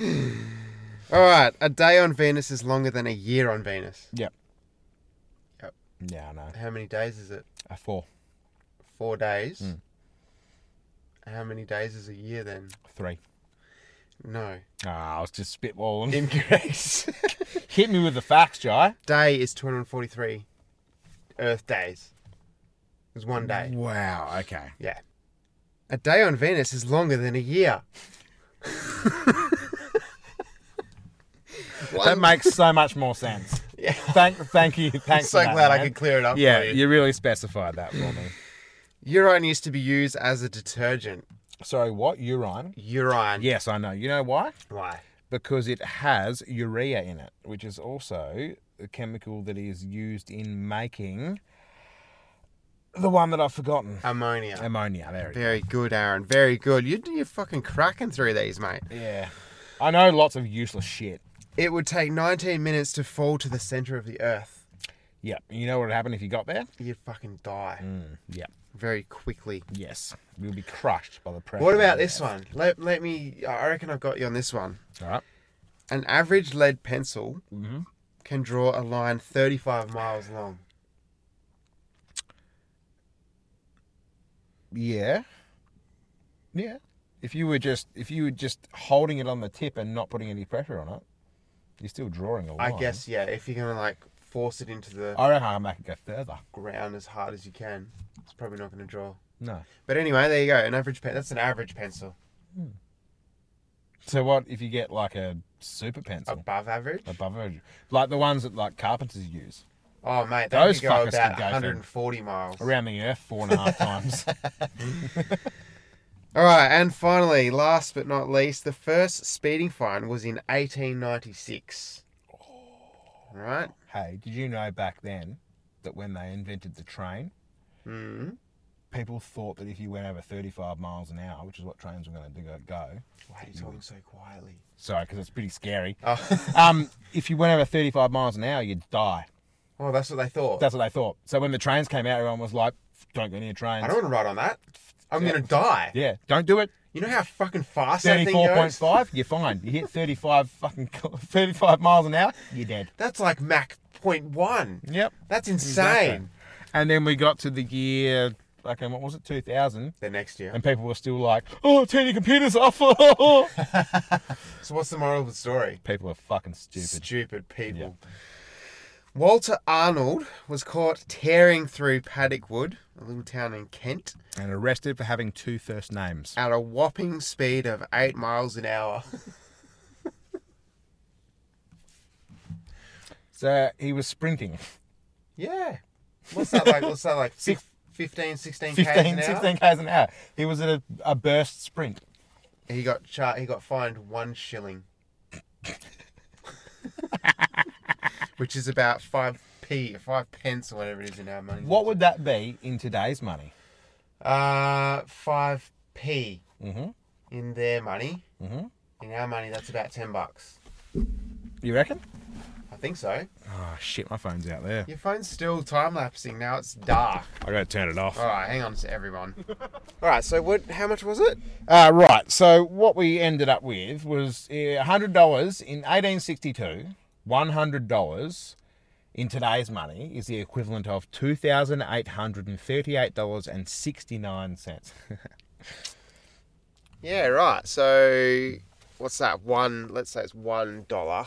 B: you go. (laughs) All right, a day on Venus is longer than a year on Venus.
A: Yep.
B: Yep.
A: Yeah, I know.
B: How many days is it?
A: A four.
B: Four days. How many days is a year then?
A: Three.
B: No, (laughs)
A: Ah, I was just spitballing.
B: incorrect. (laughs)
A: Hit me with the facts, Jai.
B: day is 243 Earth days. It's one day.
A: Wow, okay.
B: Yeah. A day on Venus is longer than a year.
A: That (laughs) makes so much more sense.
B: Yeah.
A: Thank thank you. Thanks.
B: (laughs) I'm so
A: for that,
B: glad I
A: man.
B: could clear it up
A: Yeah,
B: for you.
A: you really specified that for me.
B: Urine used to be used as a detergent.
A: Sorry, what? Urine?
B: Urine.
A: Yes, I know. You know why?
B: Why?
A: because it has urea in it, which is also a chemical that is used in making the one that I've forgotten.
B: Ammonia.
A: Ammonia, there it is.
B: Very good, Aaron. Very good. You, you're fucking cracking through these, mate.
A: Yeah. I know lots of useless shit.
B: It would take 19 minutes to fall to the center of the Earth.
A: Yep. You know what would happen if you got there?
B: You'd fucking die
A: Mm, yep.
B: very quickly.
A: Yes. We'll be crushed by the pressure.
B: What about this one? Let, let me. I reckon I've got you on this one.
A: All right.
B: An average lead pencil
A: Mhm.
B: can draw a line 35 miles long.
A: Yeah. Yeah. If you were just if you were just holding it on the tip and not putting any pressure on it, you're still drawing a
B: I
A: line.
B: guess, yeah, if you're going to like force it into the
A: I reckon I can make it go further.
B: ground as hard as you can, it's probably not going to draw.
A: No.
B: But anyway, there you go. An average pen. That's an average pencil.
A: So what if you get like a super pencil
B: Above average.
A: above average, like the ones that like carpenters use
B: Oh, mate, that
A: Those
B: could go
A: fuckers could
B: about
A: go for-
B: 140 miles.
A: around the earth four and a half
B: (laughs)
A: times?
B: All right, and finally, last but not least, the first speeding fine was in 1896.
A: Oh.
B: All right.
A: Hey, did you know back then that when they invented the train,
B: Mm.
A: people thought that if you went over thirty-five miles an hour, which is what trains were going to go, go
B: Why are you talking so quietly?
A: sorry because it's pretty scary.
B: (laughs) Oh,
A: Um, if you went over thirty-five miles an hour, you'd die.
B: oh that's what they thought.
A: That's what they thought. So when the trains came out, everyone was like, "Don't go near trains."
B: I don't want to ride on that. I'm going to die.
A: yeah, don't do it.
B: You know how fucking fast that thing
A: Thirty-four point
B: goes?
A: five, you're fine. You hit thirty-five fucking (laughs) thirty-five miles an hour, you're dead.
B: That's like Mac point one.
A: Yep.
B: That's
A: Exactly.
B: insane.
A: And then we got to the year, okay, what was it, 2000?
B: The next year.
A: And people were still like, oh, turn your computers off. (laughs) people
B: So what's the moral of the story?
A: are fucking stupid.
B: Stupid people. Walter Arnold was caught tearing through Paddock Wood, a little town in Kent,
A: And arrested for having two first names.
B: at a whopping speed of eight miles an hour. (laughs)
A: So he was sprinting.
B: yeah. What's that like? What's that like? Six, 15, 16 k's
A: 15,
B: an hour?
A: 16 k's an hour. He was at a, a burst sprint.
B: He got char- he got fined one shilling, (laughs) which is about five p, five pence or whatever it is in our money.
A: What would that be in today's money?
B: Uh, five p
A: Mm-hmm.
B: in their money.
A: Mm-hmm.
B: In our money, that's about ten bucks.
A: You reckon?
B: I think so.
A: Oh shit, my phone's out there.
B: Your phone's still time lapsing now. It's dark.
A: I gotta turn it off.
B: All right, hang on
A: (laughs)
B: to everyone. All right, so what? How much was it?
A: Uh, right. So what we ended up with was uh, hundred dollars in eighteen sixty two. One hundred dollars in today's money is the equivalent of two thousand eight hundred and thirty eight dollars and sixty nine cents. (laughs)
B: Yeah, right. So what's that? One. Let's say it's one dollar.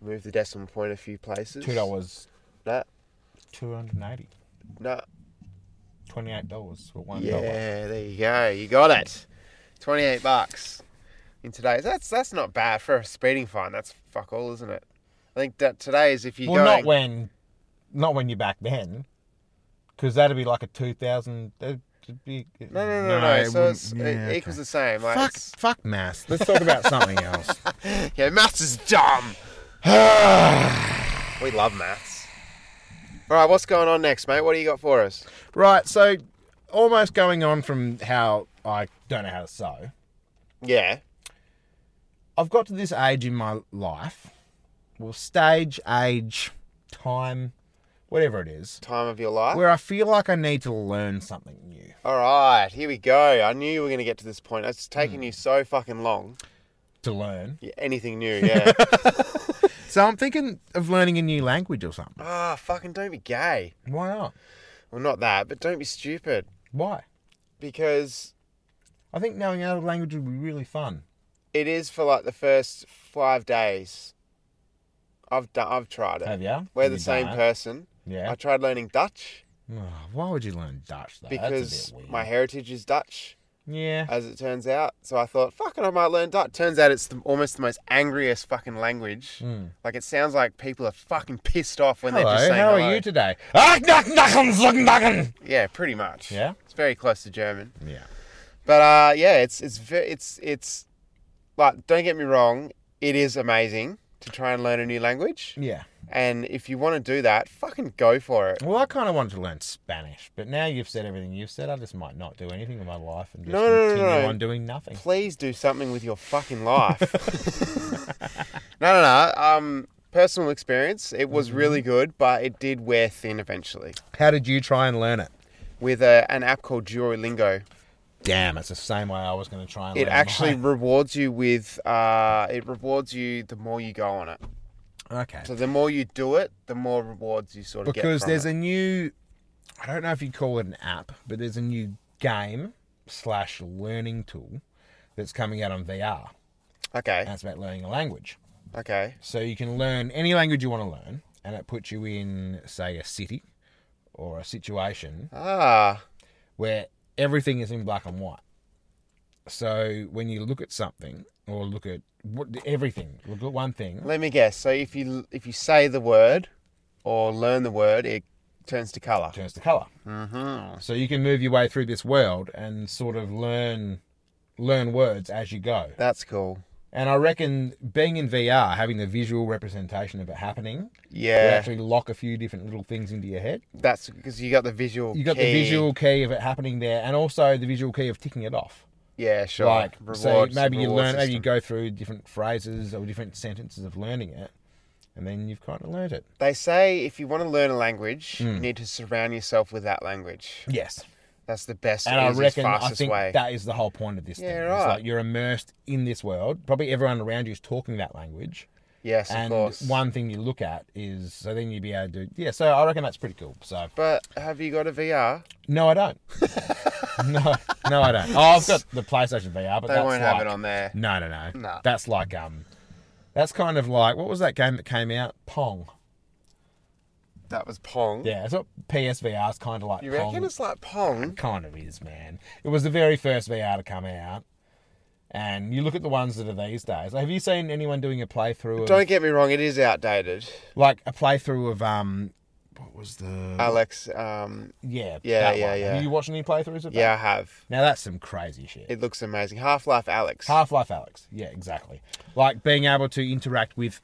B: Move the decimal point a few places.
A: Hmm. Two dollars.
B: No,
A: Two hundred and eighty.
B: no.
A: Twenty eight dollars for one dollar.
B: Yeah, there you go. You got it. Twenty-eight bucks in today's. That's that's not bad for a speeding fine. That's fuck all, isn't it? I think that today's if you
A: Well,
B: go
A: not when, not when you're back then, because that'd be like a two thousand. That'd be
B: no, no, no, no.
A: it
B: so
A: wouldn't-
B: it's,
A: yeah,
B: it
A: okay.
B: equals the same. Like,
A: Fuck,
B: it's-
A: fuck maths. Let's talk
B: (laughs)
A: about something else.
B: Yeah, maths
A: (sighs)
B: is dumb. we love maths. All right, what's going on next, mate? What do you got for us?
A: Right, so almost going on from how I don't know how to sew.
B: Yeah.
A: I've got to this age in my life, well, stage, age, time, whatever it is,
B: Time of your life.
A: where I feel like I need to learn something new.
B: All right, here we go. I knew you were going to get to this point. It's taking
A: Hmm.
B: you so fucking long.
A: To learn.
B: Yeah, Anything
A: (laughs)
B: new, yeah.
A: So I'm thinking of learning a new language or something.
B: Ah, fucking don't be gay.
A: Why not?
B: Well, not that, but don't be stupid.
A: Why?
B: Because
A: I think knowing another language would be really fun.
B: it is for like the first five days. I've done, I've tried it.
A: Have ya?
B: We're
A: Have
B: the
A: you
B: same
A: done it?
B: person.
A: Yeah.
B: I tried learning Dutch
A: Oh, why would you learn Dutch though? That's
B: because
A: a bit weird.
B: my heritage is Dutch,
A: yeah.
B: as it turns out. So I thought, fucking, I might learn Dutch. Turns out it's the, almost the most angriest fucking language.
A: Hmm.
B: Like it sounds like people are fucking pissed off when they're just
A: Mm. Hello,
B: saying
A: how are
B: hello.
A: you today? Ah, knock, knock, knock, knock.
B: yeah, pretty much.
A: Yeah?
B: it's very close to German.
A: Yeah.
B: But uh, yeah, it's it's ve- it's it's like don't get me wrong, it is amazing to try and learn a new language,
A: Yeah.
B: and if you want to do that, fucking go for it.
A: Well, I kind of wanted to learn Spanish, but now you've said everything you've said, I just might not do anything in my life and just
B: No, no, no,
A: continue
B: no.
A: on doing nothing.
B: Please do something with your fucking life. (laughs) no, no, no. Um, personal experience, it
A: Mm-hmm.
B: was really good, but it did wear thin eventually
A: How did you try and learn it?
B: with a, an app called Duolingo.
A: Damn, it's the same way I was going to try and
B: It
A: learn
B: actually
A: mine.
B: rewards you with uh, it rewards you the more you go on it.
A: (laughs) Okay.
B: So the more you do it, the more rewards you sort of get.
A: Because
B: from
A: there's
B: it.
A: a new, I don't know if you'd call it an app, but there's a new game slash learning tool that's coming out on VR.
B: okay.
A: And it's about learning a language.
B: Okay.
A: So you can learn any language you want to learn, and it puts you in, say, a city or a situation
B: Ah.
A: where everything is in black and white. So when you look at something or look at what, everything, look at one thing,
B: Let me guess. So if you if you say the word or learn the word, it turns to color.
A: it turns to color.
B: Mm-hmm.
A: So you can move your way through this world and sort of learn learn words as you go.
B: That's cool.
A: And I reckon being in VR, having the visual representation of it happening, will
B: Yeah.
A: actually lock a few different little things into your head.
B: That's because you got the visual.
A: You got the
B: key.
A: visual key of it happening there, and also the visual key of ticking it off.
B: Yeah, sure.
A: Like, so
B: Rewards-
A: maybe you
B: reward
A: learn, maybe you
B: system.
A: go through different phrases or different sentences of learning it, and then you've kind of learned it.
B: They say if you want to learn a language,
A: Hmm.
B: you need to surround yourself with that language.
A: Yes,
B: That's the best,
A: and I
B: easiest,
A: reckon I
B: fastest
A: think
B: way.
A: that is the whole point of this
B: Yeah,
A: thing. It's
B: right.
A: like you're immersed in this world. Probably everyone around you is talking that language,
B: yes, of
A: and
B: course.
A: one thing you look at is so then you'd be able to. Yeah, so I reckon that's pretty cool. So
B: But have you got a VR?
A: no, I don't. (laughs) no, no, I don't. Oh, I've got the PlayStation VR, but
B: They
A: that's
B: won't
A: like,
B: have it on there.
A: No, no, no.
B: No.
A: That's like um, that's kind of like what was that game that came out? Pong.
B: That was Pong.
A: Yeah, it's what PSVR's kind of like.
B: You
A: Pong.
B: reckon it's like Pong?
A: Kind of is, man. It was the very first VR to come out, and you look at the ones that are these days. Have you seen anyone doing a playthrough? Of,
B: Don't get me wrong, it is outdated.
A: like a playthrough of um, what was the?
B: Alex, um,
A: yeah,
B: yeah,
A: that
B: yeah,
A: one.
B: yeah.
A: Have you watched any playthroughs of that?
B: yeah, I have.
A: Now that's some crazy shit.
B: It looks amazing. Half Life Alex.
A: Half Life Alex. Yeah, exactly. Like being able to interact with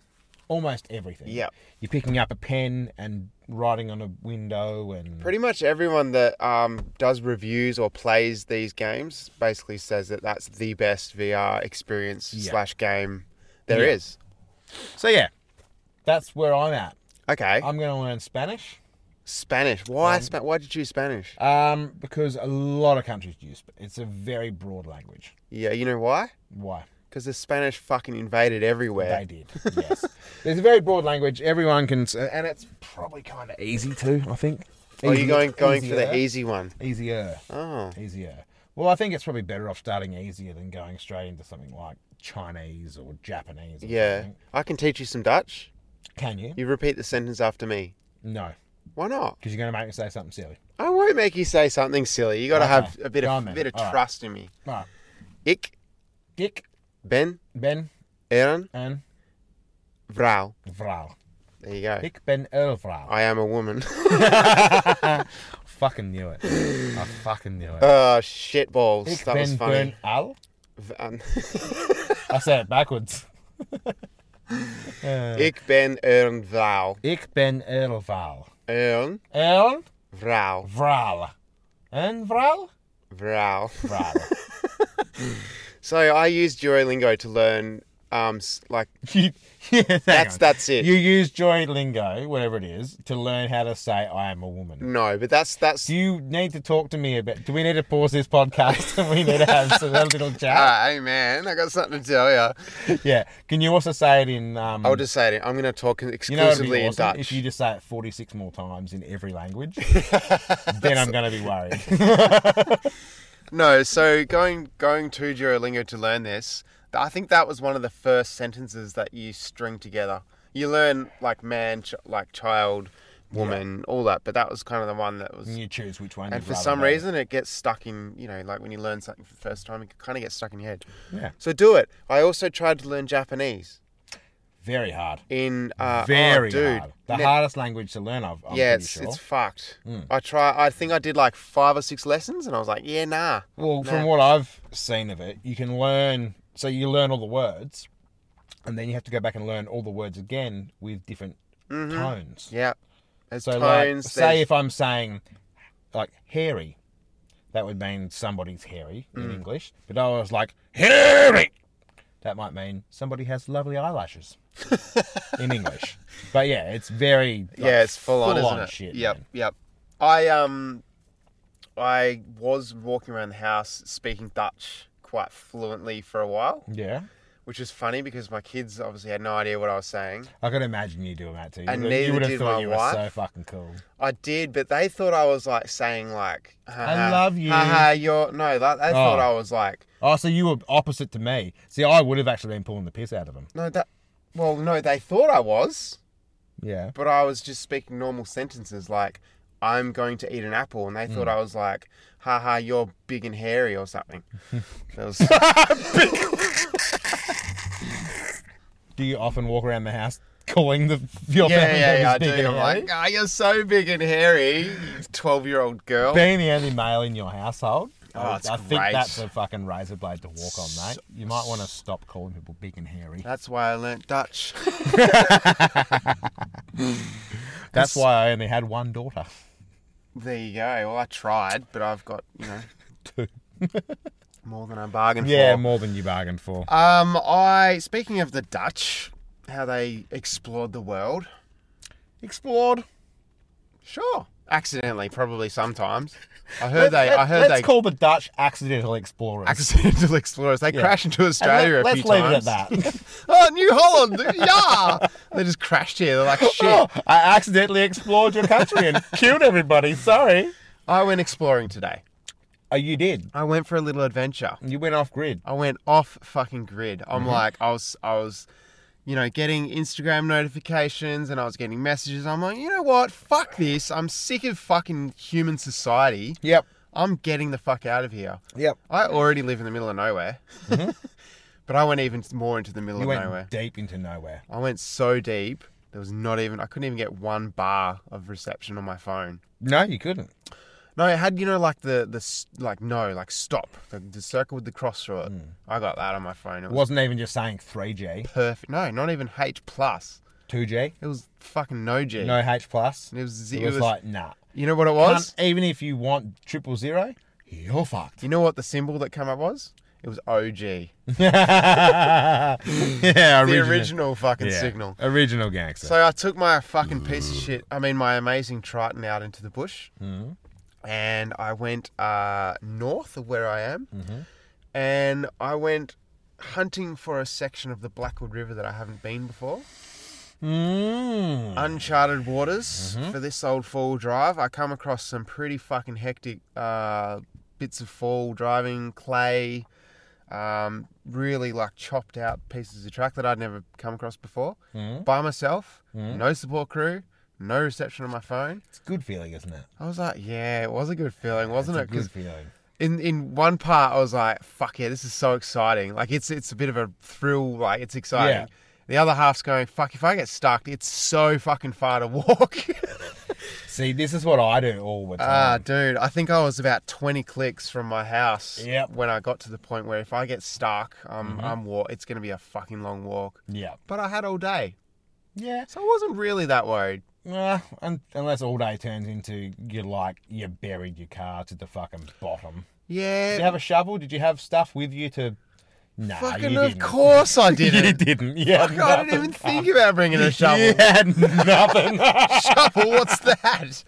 A: almost everything.
B: Yep.
A: You're picking up a pen and writing on a window and
B: Pretty much everyone that um, does reviews or plays these games basically says that that's the best VR experience
A: Yeah.
B: slash game there is.
A: So yeah, that's where I'm at.
C: Okay.
A: I'm going to learn Spanish
C: Spanish. Why? Spa- why'd you choose Spanish?
A: um, because a lot of countries use it. It's a very broad language.
C: Yeah, you know why?
A: Why?
C: Because the Spanish fucking invaded everywhere.
A: They did. Yes. There's a very broad language. Everyone can, s- and it's probably kind of easy too. I think.
C: oh, you're going going for the
A: easier.
C: easy one.
A: easier,
C: Oh,
A: easier. Well, I think it's probably better off starting easier than going straight into something like Chinese or Japanese. Or
C: yeah.
A: something.
C: I can teach you some Dutch.
A: Can you?
C: You repeat the sentence after me.
A: No,
C: Why not?
A: because you're going to make me say something silly.
C: I won't make you say something silly. You got to
A: Okay.
C: have a bit
A: Go
C: of
A: on then.
C: bit of
A: All right.
C: trust in me.
A: Right.
C: Ik
A: Dick,
C: ben
A: Ben,
C: Aaron
A: and
C: vrouw.
A: Vrouw.
C: There you go.
A: Dick, Ben, Earl (laughs) Vrouw.
C: I am a woman. (laughs)
A: fucking knew it. I fucking knew it.
C: oh shit balls.
A: Dick,
C: that was
A: Ben,
C: funny.
A: Ben, Al.
C: V- um,
A: I said
C: (laughs)
A: it backwards. uh,
C: Eh, ik ben Aaron vrouw.
A: Ik ben Erval.
C: Aaron
A: Erl,
C: vrouw
A: Vral. En Vral?
C: vrouw. (laughs)
A: Vral.
C: So I used Duolingo to learn. Um, s- like
A: You- yeah, hang
C: that's
A: on.
C: that's it.
A: You use joy lingo, whatever it is, to learn how to say I am a woman.
C: No, but that's that's.
A: Do you need to talk to me about do we need to pause this podcast and we need to have
C: (laughs)
A: some, a little chat?
C: Ah, hey man, I got something to tell you.
A: Yeah. Can you also say it in um
C: I'll just say it. I'm going to talk
A: you know it'd be
C: exclusively
A: awesome
C: in Dutch.
A: if you just say it forty six more times in every
C: (laughs)
A: language. then I'm gonna be worried.
C: No,
B: So going going to Duolingo to learn this, th- I think that was one of the first sentences that you string together. You learn like man, ch- like child, woman, all that, but that was kind of the one that was.
A: and you choose which one
B: And
A: you'd
B: for
A: rather
B: some
A: know.
B: reason, it gets stuck in you know like when you learn something for the first time, it kind of gets stuck in your head.
A: Yeah.
B: So do it. I also tried to learn Japanese
A: Very hard.
B: in uh, oh,
A: Very
B: dude,
A: hard. The
B: ne-
A: hardest language to learn I've I'm
B: yeah,
A: pretty
B: it's,
A: sure. Hmm.
B: it's fucked. I try. I think I did like five or six lessons, and I was like, yeah, nah.
A: Well, from what I've seen of it, you can learn. So you learn all the words, and then you have to go back and learn all the words again with different
B: Mm-hmm.
A: tones.
B: Yeah. There's
A: so,
B: tones.
A: like,
B: there's-
A: say if I'm saying like hairy, that would mean somebody's hairy
B: Mm.
A: in English. But I was like hairy. That might mean somebody has lovely
B: (laughs)
A: eyelashes in English. But yeah, it's very like,
B: yeah, it's full, on, isn't it?
A: shit.
B: yep,
A: man.
B: yep. I um, I was walking around the house speaking Dutch quite fluently for a while,
A: Yeah.
B: which is funny because my kids obviously had no idea what I was saying.
A: I could imagine you doing that too. You
B: And
A: would- you
B: neither
A: would have
B: did
A: thought
B: my
A: you were so
B: wife.
A: fucking cool.
B: I did, but they thought I was like saying like, "Haha,
A: love you."
B: haha, you're no." They, they thought I was like,
A: Oh, so you were opposite to me. See, I would have actually been pulling the piss out of him.
B: "No, that." Well, no, they thought I was,
A: Yeah.
B: but I was just speaking normal sentences like, "I'm going to eat an apple," and they thought
A: Hmm.
B: I was like, "Haha, you're big and hairy" or
A: (laughs)
B: something. That was.
A: Do you often walk around the house (laughs) calling the your
B: Yeah,
A: family
B: yeah, yeah, I
A: members big and
B: do. I'm
A: hairy?
B: like, ah, you're so big and hairy, you twelve-year-old girl.
A: Being the only male in your household, I,
B: it's
A: I think
B: great.
A: Oh, that's a fucking razor blade to walk on, mate. You might want to stop calling people big and hairy.
B: That's why I learnt Dutch. (laughs)
A: That's why I only had one daughter.
B: There you go. Well, I tried, but I've got you know
A: (laughs) Two.
B: more than I
A: (laughs)
B: bargained
A: Yeah,
B: for.
A: more than you bargained for.
B: Um, I speaking of the Dutch, how they explored the world.
A: Explored.
B: Sure, accidentally, probably sometimes. I heard they. I heard
A: let's
B: they
A: call the Dutch accidental explorers.
B: accidental (laughs) explorers. They crashed into
A: And
B: Australia
A: let-
B: a
A: let's
B: few
A: leave
B: times.
A: it at that. (laughs)
B: oh, New Holland, (laughs) yeah! They just crashed here.
A: (laughs)
B: They're like, shit.
A: Oh, I accidentally explored your country and (laughs) killed everybody. Sorry.
B: I went exploring today.
A: Oh, you did.
B: I went for a little adventure.
A: You went off grid.
B: I went off fucking grid. I'm
A: Mm-hmm.
B: like, I was, I was, you know, getting Instagram notifications and I was getting messages. I'm like, you know what? Fuck this. I'm sick of fucking human society.
A: Yep.
B: I'm getting the fuck out of here.
A: Yep.
B: I already live in the middle of nowhere, (laughs) but I went even more into the middle
A: Mm-hmm. You
B: of
A: went
B: nowhere.
A: deep into nowhere.
B: I went so deep. There was not even, I couldn't even get one bar of reception on my phone.
A: No, you couldn't.
B: No, it had you know like the the s- like no like stop the, the circle with the cross through
A: Hmm.
B: it. I got that on my phone. It
A: It
B: was
A: wasn't even just saying 3G,
B: perfect. No, not even H plus.
A: 2G,
B: It was fucking no G.
A: no H plus.
B: It was,
A: It was like nah.
B: you know what it was?
A: Cunt, even if you want triple zero, you're fucked.
B: (laughs) You know what the symbol that came up was? It was OG,
A: yeah,
B: the
A: original-
B: original fucking
A: yeah,
B: signal.
A: Original gangster.
B: So I took my fucking piece of shit, I mean my amazing Triton out into the bush,
A: Mhm.
B: and I went uh, north of where I am,
A: Mm-hmm.
B: and I went hunting for a section of the Blackwood River that I haven't been before.
A: Mm.
B: Uncharted waters
A: Mm-hmm.
B: for this old four-wheel drive. I come across some pretty fucking hectic uh, bits of four-wheel driving, clay, um, really like chopped out pieces of track that I'd never come across before.
A: Mhm.
B: By myself,
A: Mm-hmm.
B: no support crew, no reception on my phone.
A: It's a good feeling, isn't it?
B: I was like, yeah, it was a good feeling, wasn't
A: It's a
B: it? 'Cause
A: good feeling.
B: in in one part I was like, fuck yeah, this is so exciting. Like it's it's a bit of a thrill, like it's exciting.
A: Yeah.
B: The other half's going, fuck, if I get stuck, it's so fucking far to walk. (laughs)
A: See, this is what I do all the
B: Ah,
A: time.
B: dude, I think I was about 20 clicks from my house
A: Yep. Mm-hmm.
B: when I got to the point where if I get stuck, um, I'm wa- it's going to be a fucking long walk.
A: yeah.
B: But I had all day,
A: Yeah.
B: so I wasn't really that worried.
A: Nah, un- unless all day turns into you're like, you buried your car to the fucking bottom. Did you
B: Yeah,
A: have a shovel? Did you have stuff with you to. Nah,
B: fucking
A: you
B: of
A: didn't.
B: course I didn't.
A: (laughs) You didn't. Yeah.
B: Fuck, I didn't
A: (laughs)
B: even think about bringing a shovel. (laughs)
A: You had (laughs) nothing.
B: shovel. What's that?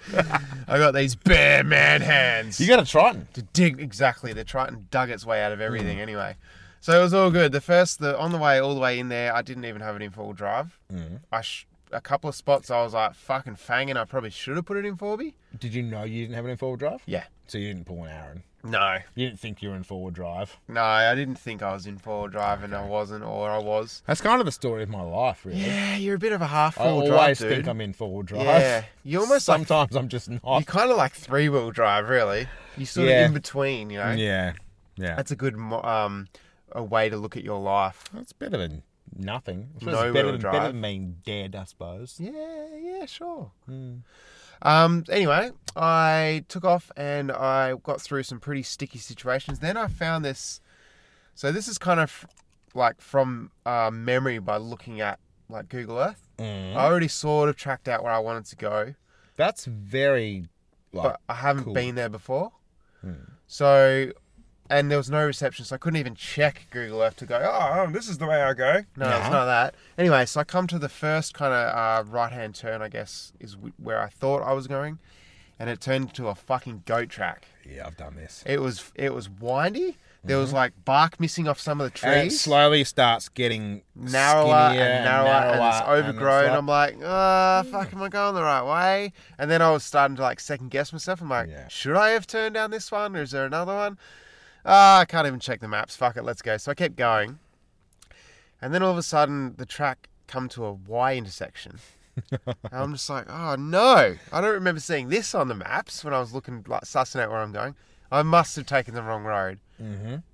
B: (laughs) I got these bare man hands.
A: you got a Triton.
B: to dig exactly. The Triton dug its way out of everything
A: Mm.
B: anyway. So it was all good. The first, the on the way all the way in there, I didn't even have it in four wheel drive. Mm. I sh- a couple of spots I was like fucking fanging. I probably should have put it in 4B.
A: Did you know you didn't have it in four wheel drive?
B: Yeah.
A: So you didn't pull an Aaron.
B: No,
A: You didn't think you were in four wheel drive.
B: no, I didn't think I was in four wheel drive, and I wasn't, or I was.
A: That's kind of the story of my life, really.
B: Yeah, you're a bit of a half
A: I
B: four wheel
A: always
B: drive dude.
A: think I'm in four wheel drive.
B: yeah, you almost like
A: Sometimes I'm just
B: you
A: not.
B: kind of like three wheel drive, really. You sort
A: Yeah.
B: of in between, you know.
A: Yeah. Yeah.
B: That's a good mo- um, a way to look at your life.
A: That's better than nothing. I suppose
B: No
A: it's better
B: wheel
A: than,
B: drive.
A: better than being dead, I suppose.
B: Yeah, yeah, sure. Um, anyway, I took off and I got through some pretty sticky situations. Then I found this. So this is kind of like from uh, memory by looking at like Google Earth.
A: Mm.
B: I already sort of tracked out where I wanted to go,
A: That's very. Like,
B: but I haven't
A: cool. Hmm.
B: been there before. So, and there was no reception, so I couldn't even check Google Earth to go, oh, oh, this is the way I go. No,
A: Nah.
B: it's not that. Anyway, so I come to the first kind of uh, right hand turn, I guess, is w- where I thought I was going, and it turned into a fucking goat track.
A: yeah, I've done this.
B: It was it was windy. There was like bark missing off some of the
A: Mm-hmm. And it
B: trees.
A: slowly starts getting
B: Narrower and
A: skinnier
B: narrower, and it's
A: narrower,
B: overgrown.
A: like-
B: I'm like, ah, fuck, am I going the right way? And then I was starting to like second guess myself. I'm like,
A: Yeah.
B: should I have turned down this one or is there another one? Ah, I can't even check the maps. Fuck it, let's go. So I kept going, and then all of a sudden the track come to a Y intersection. (laughs) and I'm just like, oh no, I don't remember seeing this on the maps when I was looking like sussing out where I'm going. I must have taken the wrong road.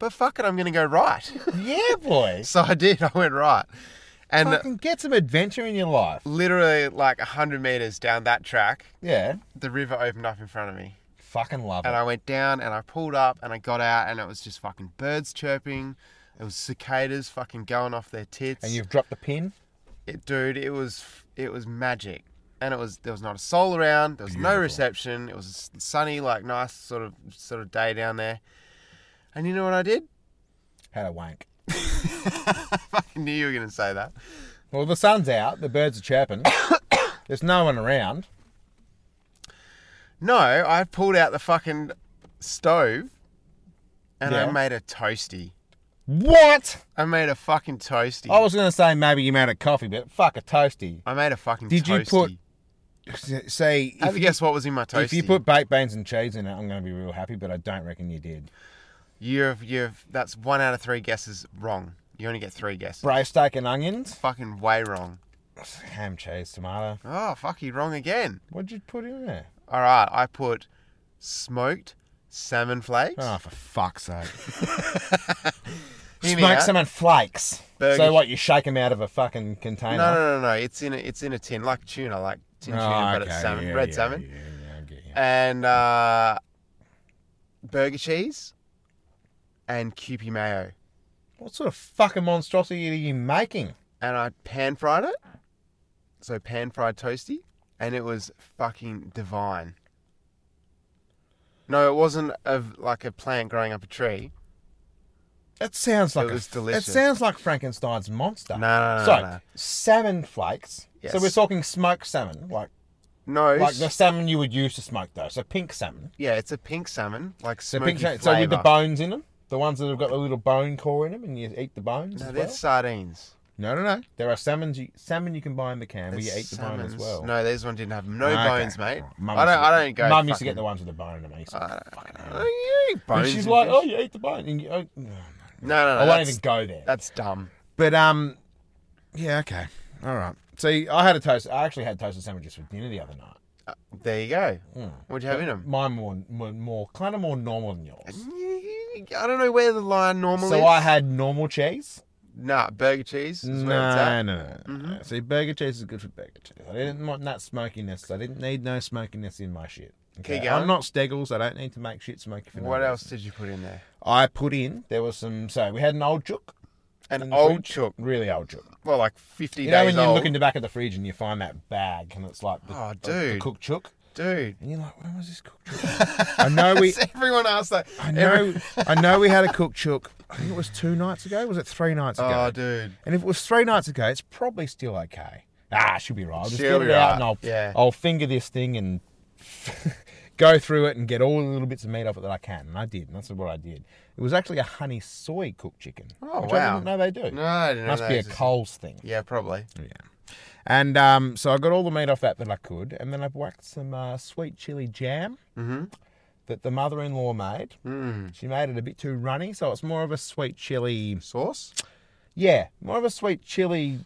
B: But fuck it, I'm gonna go right.
A: yeah, boy.
B: (laughs) so I did. I went right, and
A: Fucking get some adventure in your life.
B: literally like 100 meters down that track,
A: Yeah.
B: the river opened up in front of me.
A: Fucking love
B: And
A: it.
B: I went down and I pulled up and I got out and it was just fucking birds chirping. It was cicadas fucking going off their tits.
A: And you've dropped the pin.
B: It- dude, it was it was magic. And it was there was not a soul around. There was no
A: Beautiful.
B: reception. It was a sunny, like nice sort of sort of day down there. And you know what I did? (laughs)
A: Had a wank.
B: I fucking knew you were gonna say that.
A: Well, the sun's out. The birds are chirping. (coughs) There's no one around.
B: No, I pulled out the fucking stove and
A: Yeah.
B: I made a toasty.
A: What?
B: I made a fucking toasty.
A: I was going to say maybe you made a coffee, but fuck a (laughs) toasty.
B: I made a fucking
A: Did you
B: toasty.
A: put- Say
B: Have
A: if
B: a
A: you,
B: guess what was in my toasty?
A: if you put baked beans and cheese in it, I'm going to be real happy. But I don't reckon you did.
B: you've you've that's one out of three guesses wrong. You only get three guesses.
A: Braised steak and onions,
B: Fucking way wrong.
A: ham, cheese, tomato.
B: Oh fuck, you wrong again.
A: What'd you put in there?
B: All right, I put smoked salmon flakes.
A: Oh, for fuck's (laughs) sake!
B: Hear me
A: Smoke
B: out.
A: some and flakes.
B: Burgers.
A: So what? You shake them out of a fucking container?
B: No, no, no, no, no. It's in a, it's in a tin like tuna, like tin tuna,
A: Oh,
B: but it's
A: okay,
B: salmon,
A: yeah,
B: red
A: yeah,
B: salmon,
A: yeah, yeah, I get you.
B: and uh, burger cheese and Kewpie mayo.
A: What sort of fucking monstrosity are you making?
B: and I pan fried it. So pan fried toasty, and it was fucking divine. No, it wasn't of like a plant growing up a tree.
A: It sounds like a-
B: was delicious.
A: It sounds like Frankenstein's monster.
B: No, no, no,
A: so
B: no.
A: salmon flakes. So
B: Yes.
A: we're talking smoked salmon, like
B: No,
A: like
B: s-
A: the salmon you would use to smoke though. So pink salmon.
B: yeah, it's a pink salmon, like
A: So
B: smoky
A: pink salmon. So with the
B: flavour.
A: bones in them, the ones that have got the little bone core in them, and you eat the bones
B: No,
A: as
B: they're
A: well.
B: sardines.
A: No, no, no. There are salmon you, salmon you can buy in the can where you
B: There's
A: eat the bone as
B: salmons.
A: well.
B: No, these ones didn't have no
A: Okay.
B: bones, mate.
A: Mum
B: I
A: used to
B: don't.
A: get-
B: I don't go.
A: Mum used to get
B: fucking-
A: the ones with the bone in them. I used to fucking hate
B: Oh,
A: them.
B: you eat bones.
A: And she's
B: and
A: like,
B: fish.
A: "Oh, you eat the bone." And you, oh, (sighs) no,
B: no, no, no.
A: I won't
B: that's,
A: even go there.
B: that's dumb.
A: But um, yeah, okay, all right. See, I had a toast. I actually had toasted sandwiches for dinner the other night.
B: There you go. What'd you have in them?
A: Mine more, more, more kind of more normal than yours.
B: I don't know where the line normally.
A: So
B: is.
A: I had normal cheese.
B: nah burger cheese. Is where it's
A: No, no,
B: at. Mm-hmm.
A: no. no. See, burger cheese is good for burger cheese. I didn't want that smokiness. I didn't need no smokiness in my shit.
B: Keep
A: I'm
B: going.
A: not Steggles. I don't need to make shit smoky for no
B: What
A: reason.
B: else did you put in there?
A: I put in. There was some. So we had an old chook. in
B: An
A: the
B: old
A: fridge.
B: chook.
A: really old chook.
B: Well, like fifty
A: You know
B: days
A: when you
B: old.
A: look in the back of the fridge and you find that bag and it's like the,
B: Oh,
A: the- the
B: dude.
A: cooked chook.
B: Dude,
A: And you're like, when was this
B: (laughs)
A: cooked chook? I know we,
B: everyone asks that.
A: I
B: Every-
A: know, I know we had a cooked chook. I think it was two nights ago. Was it three nights ago?
B: Oh, dude.
A: And if it was three nights ago, it's probably still okay. Ah, she'll be right. I'll just
B: She'll
A: get
B: be
A: it out
B: right,
A: and I'll,
B: yeah.
A: I'll finger this thing and (laughs) go through it and get all the little bits of meat off it that I can. And I did. And that's what I did. It was actually a honey soy cooked chicken.
B: Oh,
A: which I
B: wow.
A: didn't know they do.
B: No, I didn't know
A: Must
B: that
A: be a Hmm.
B: existed.
A: Coles thing.
B: Yeah, probably.
A: And um, so I got all the meat off that that I could, and then I've whacked some uh, sweet chili jam
B: Mm-hmm.
A: that the mother-in-law made. Mm. She made it a bit too runny, so it's more of a sweet chili.
B: Sauce?
A: Yeah, more of a sweet chili.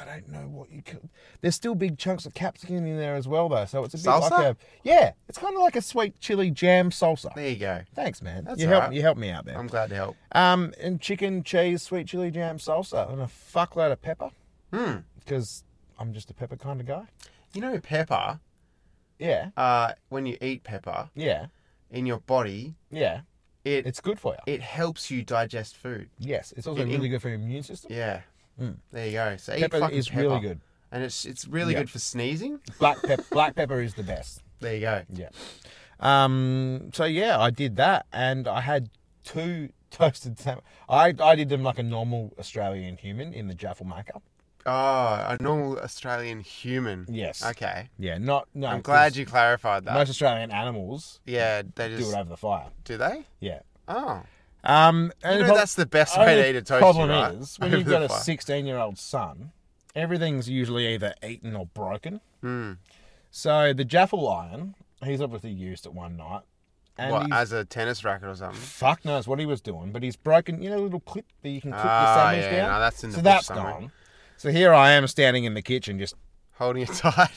A: I don't know what you could. There's still big chunks of capsicum in there as well, though. So it's a bit like
B: Salsa?
A: a yeah. It's kind of like a sweet chili jam salsa.
B: There you go.
A: Thanks, man.
B: That's
A: you help
B: alright.
A: you help me out there.
B: I'm glad to help.
A: Um, and chicken, cheese, sweet chili jam, salsa, and a fuckload of pepper.
B: Hmm.
A: Because I'm just a pepper kind of guy.
B: You know, pepper,
A: Yeah,
B: uh, when you eat pepper
A: yeah,
B: in your body,
A: yeah.
B: it
A: It's good for you.
B: it helps you digest food.
A: yes, it's also
B: it-
A: really good for your immune system.
B: Yeah. There you go. So eat
A: Hmm. Pepper
B: fucking
A: is
B: pepper.
A: really good.
B: And it's it's really
A: Yeah.
B: good for sneezing.
A: Black pep- (laughs) black pepper is the best.
B: There you go.
A: Yeah. Um. So yeah, I did that, and I had two (laughs) toasted salmon. I I did them like a normal Australian human in the jaffel maker.
B: Oh, a normal Australian human.
A: Yes.
B: Okay.
A: Yeah. Not. No.
B: I'm glad
A: 'cause
B: you clarified that.
A: Most Australian animals
B: yeah, they
A: do
B: just
A: it over the fire.
B: do they?
A: Yeah.
B: Oh.
A: Um. And
B: You know,
A: prob-
B: that's the best
A: Only
B: way to eat a toasty,
A: problem
B: right?
A: is
B: (laughs)
A: when
B: Over
A: you've
B: the
A: got a
B: fire.
A: 16 year old son, everything's usually either eaten or broken.
B: Hmm.
A: So the Jaffel Lion, he's obviously used it one night, and
B: What, uh,
A: he's,
B: as a tennis racket or something?
A: fuck knows what he was doing, but he's broken. You know, the little clip that you can clip your
B: Ah,
A: sandwich
B: yeah,
A: down.
B: no, that's in the
A: so
B: bush
A: that's
B: somewhere.
A: gone. So here I am standing in the kitchen, just
B: Holding it (laughs) tight.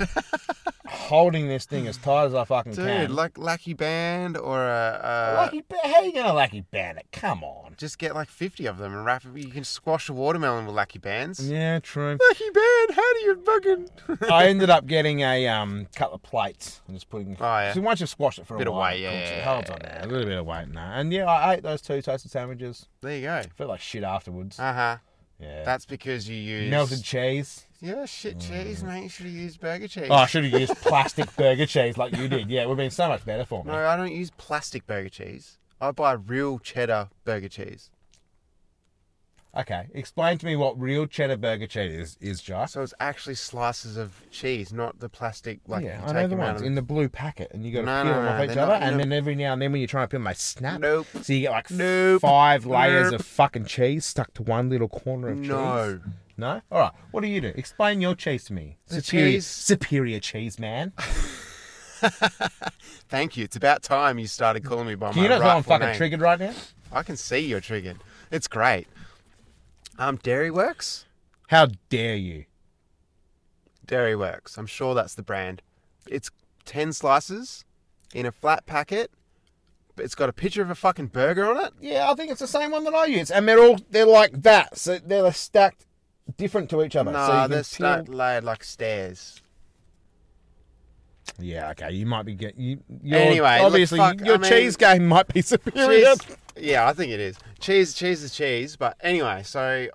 A: holding this thing as tight as I fucking
B: Dude, uh,
A: can.
B: like Lucky Band or a, a
A: lucky, ba- how you gonna lucky ban it? Come on.
B: just get like fifty of them and wrap it. You can squash a watermelon with Lucky Bands.
A: Yeah, true.
B: Lucky Band, how do you fucking? (laughs)
A: I ended up getting a um, couple of plates and just putting.
B: Oh, yeah.
A: So once you've squashed it for
B: Bit
A: a
B: of
A: while,
B: weight,
A: it cooks
B: yeah,
A: it. holds on there, a little bit of weight now. And yeah, I ate those two toasted sandwiches.
B: there you go.
A: Felt like shit afterwards.
B: Uh huh.
A: yeah,
B: That's because you use
A: melted cheese.
B: Yeah, shit cheese, mate. You should have used burger cheese.
A: Oh, I should have used
B: (laughs)
A: plastic burger cheese like you did. Yeah, it would have been so much better for me.
B: no, I don't use plastic burger cheese. I buy real cheddar burger cheese.
A: Okay, explain to me what real cheddar burger cheese is, is Josh.
B: So it's actually slices of cheese, not the plastic like
A: yeah,
B: you
A: I
B: take
A: know the
B: them out
A: ones
B: of-
A: in the blue packet, and you got to peel
B: No, no,
A: them off
B: no,
A: each
B: they're
A: other,
B: not-
A: and
B: no.
A: then every now and then when you try and peel them, they snap.
B: Nope.
A: So you get like
B: Nope.
A: five layers
B: Nope.
A: of fucking cheese stuck to one little corner of cheese.
B: No.
A: No? All right. What do you do? Explain your cheese to me.
B: The
A: superior,
B: cheese-
A: superior cheese man.
B: Thank you. It's about time you started calling me by
A: Do
B: my
A: you know that I'm
B: rightful
A: fucking
B: name.
A: triggered right now?
B: I can see you're triggered. It's great. Um, Dairy Works.
A: How dare you?
B: Dairy Works. I'm sure that's the brand. It's ten slices in a flat packet. but It's got a picture of a fucking burger on it.
A: Yeah, I think it's the same one that I use, and they're all they're like that. So they're stacked different to each other.
B: No,
A: so you can
B: they're
A: peel-
B: stacked layered like stairs.
A: Yeah. Okay. You might be getting. You, your,
B: Anyway, look,
A: obviously,
B: fuck,
A: your
B: I mean-
A: cheese game might be (laughs) superior.
B: Cheese. Yeah, I think it is. Cheese, cheese is cheese. But anyway, so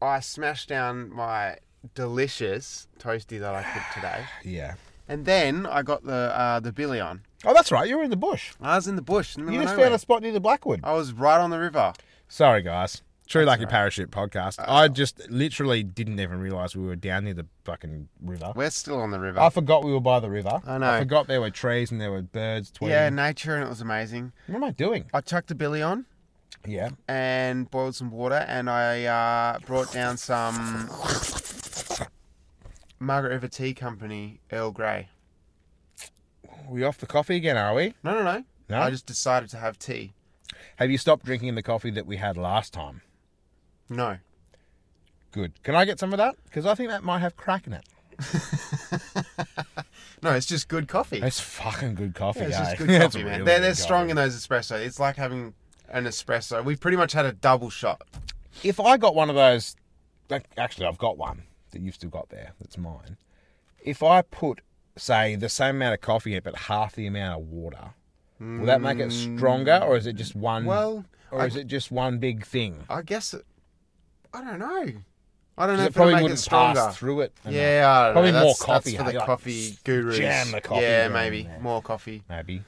B: I smashed down my delicious toasty that I cooked today,
A: Yeah.
B: and then I got the uh, the billy on.
A: Oh, that's right. You were in the bush.
B: I was in the bush. In the
A: You
B: middle
A: just
B: of
A: found
B: nowhere.
A: a spot near the Blackwood.
B: I was right on the river.
A: Sorry, guys. True Lucky Parachute podcast. I just literally didn't even realize we were down near the fucking river.
C: We're still on the river.
A: I forgot we were by the river.
C: I know.
A: I forgot there were trees and there were birds tweeting.
B: Yeah, nature, and it was amazing.
A: What am I doing?
B: I chucked a billy on
A: Yeah.
B: and boiled some water, and I uh, brought down some Margaret River Tea Company Earl Grey.
A: We off the coffee again, are we?
B: No, no, no.
A: No?
B: I just decided to have tea.
A: Have you stopped drinking the coffee that we had last time?
B: No.
A: Good. Can I get some of that? Because I think that might have crack in it.
B: No, it's just good coffee.
A: It's fucking good coffee.
B: Yeah, it's
A: eh? (laughs)
B: just good
A: It's
B: coffee, man.
A: really
B: they're they're
A: good
B: strong
A: coffee.
B: in those espresso. It's like having an espresso. We've pretty much had a double shot.
A: Mm. If I got one of those, like, actually, I've got one that you've still got there. That's mine. If I put, say, the same amount of coffee in it but half the amount of water, will that make it stronger, or is it just one?
B: Well,
A: or is it just one big thing?
B: I guess it, I don't know. I don't know
A: 'Cause
B: if
A: it probably
B: it'll make it
A: wouldn't
B: stronger.
A: pass through it. enough.
B: Yeah, I don't
A: Probably
B: know.
A: more
B: that's,
A: coffee,
B: That's for
A: hey?
B: the
A: Like,
B: coffee gurus.
A: jam the coffee
B: Yeah,
A: down
B: maybe
A: there.
B: more coffee.
A: maybe.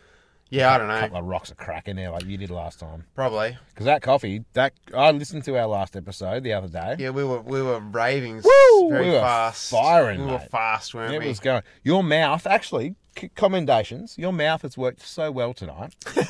B: Yeah, I don't
A: A couple
B: know.
A: of rocks of crack in there, like you did last time.
B: Probably.
A: Because that coffee, that I listened to our last episode the other day.
B: Yeah, we were we were raving s-
A: Woo!
B: very
A: We were
B: fast.
A: firing,
B: We were
A: mate.
B: fast, weren't
A: It
B: we?
A: was going. Your mouth, actually, c- commendations. Your mouth has worked so well tonight. It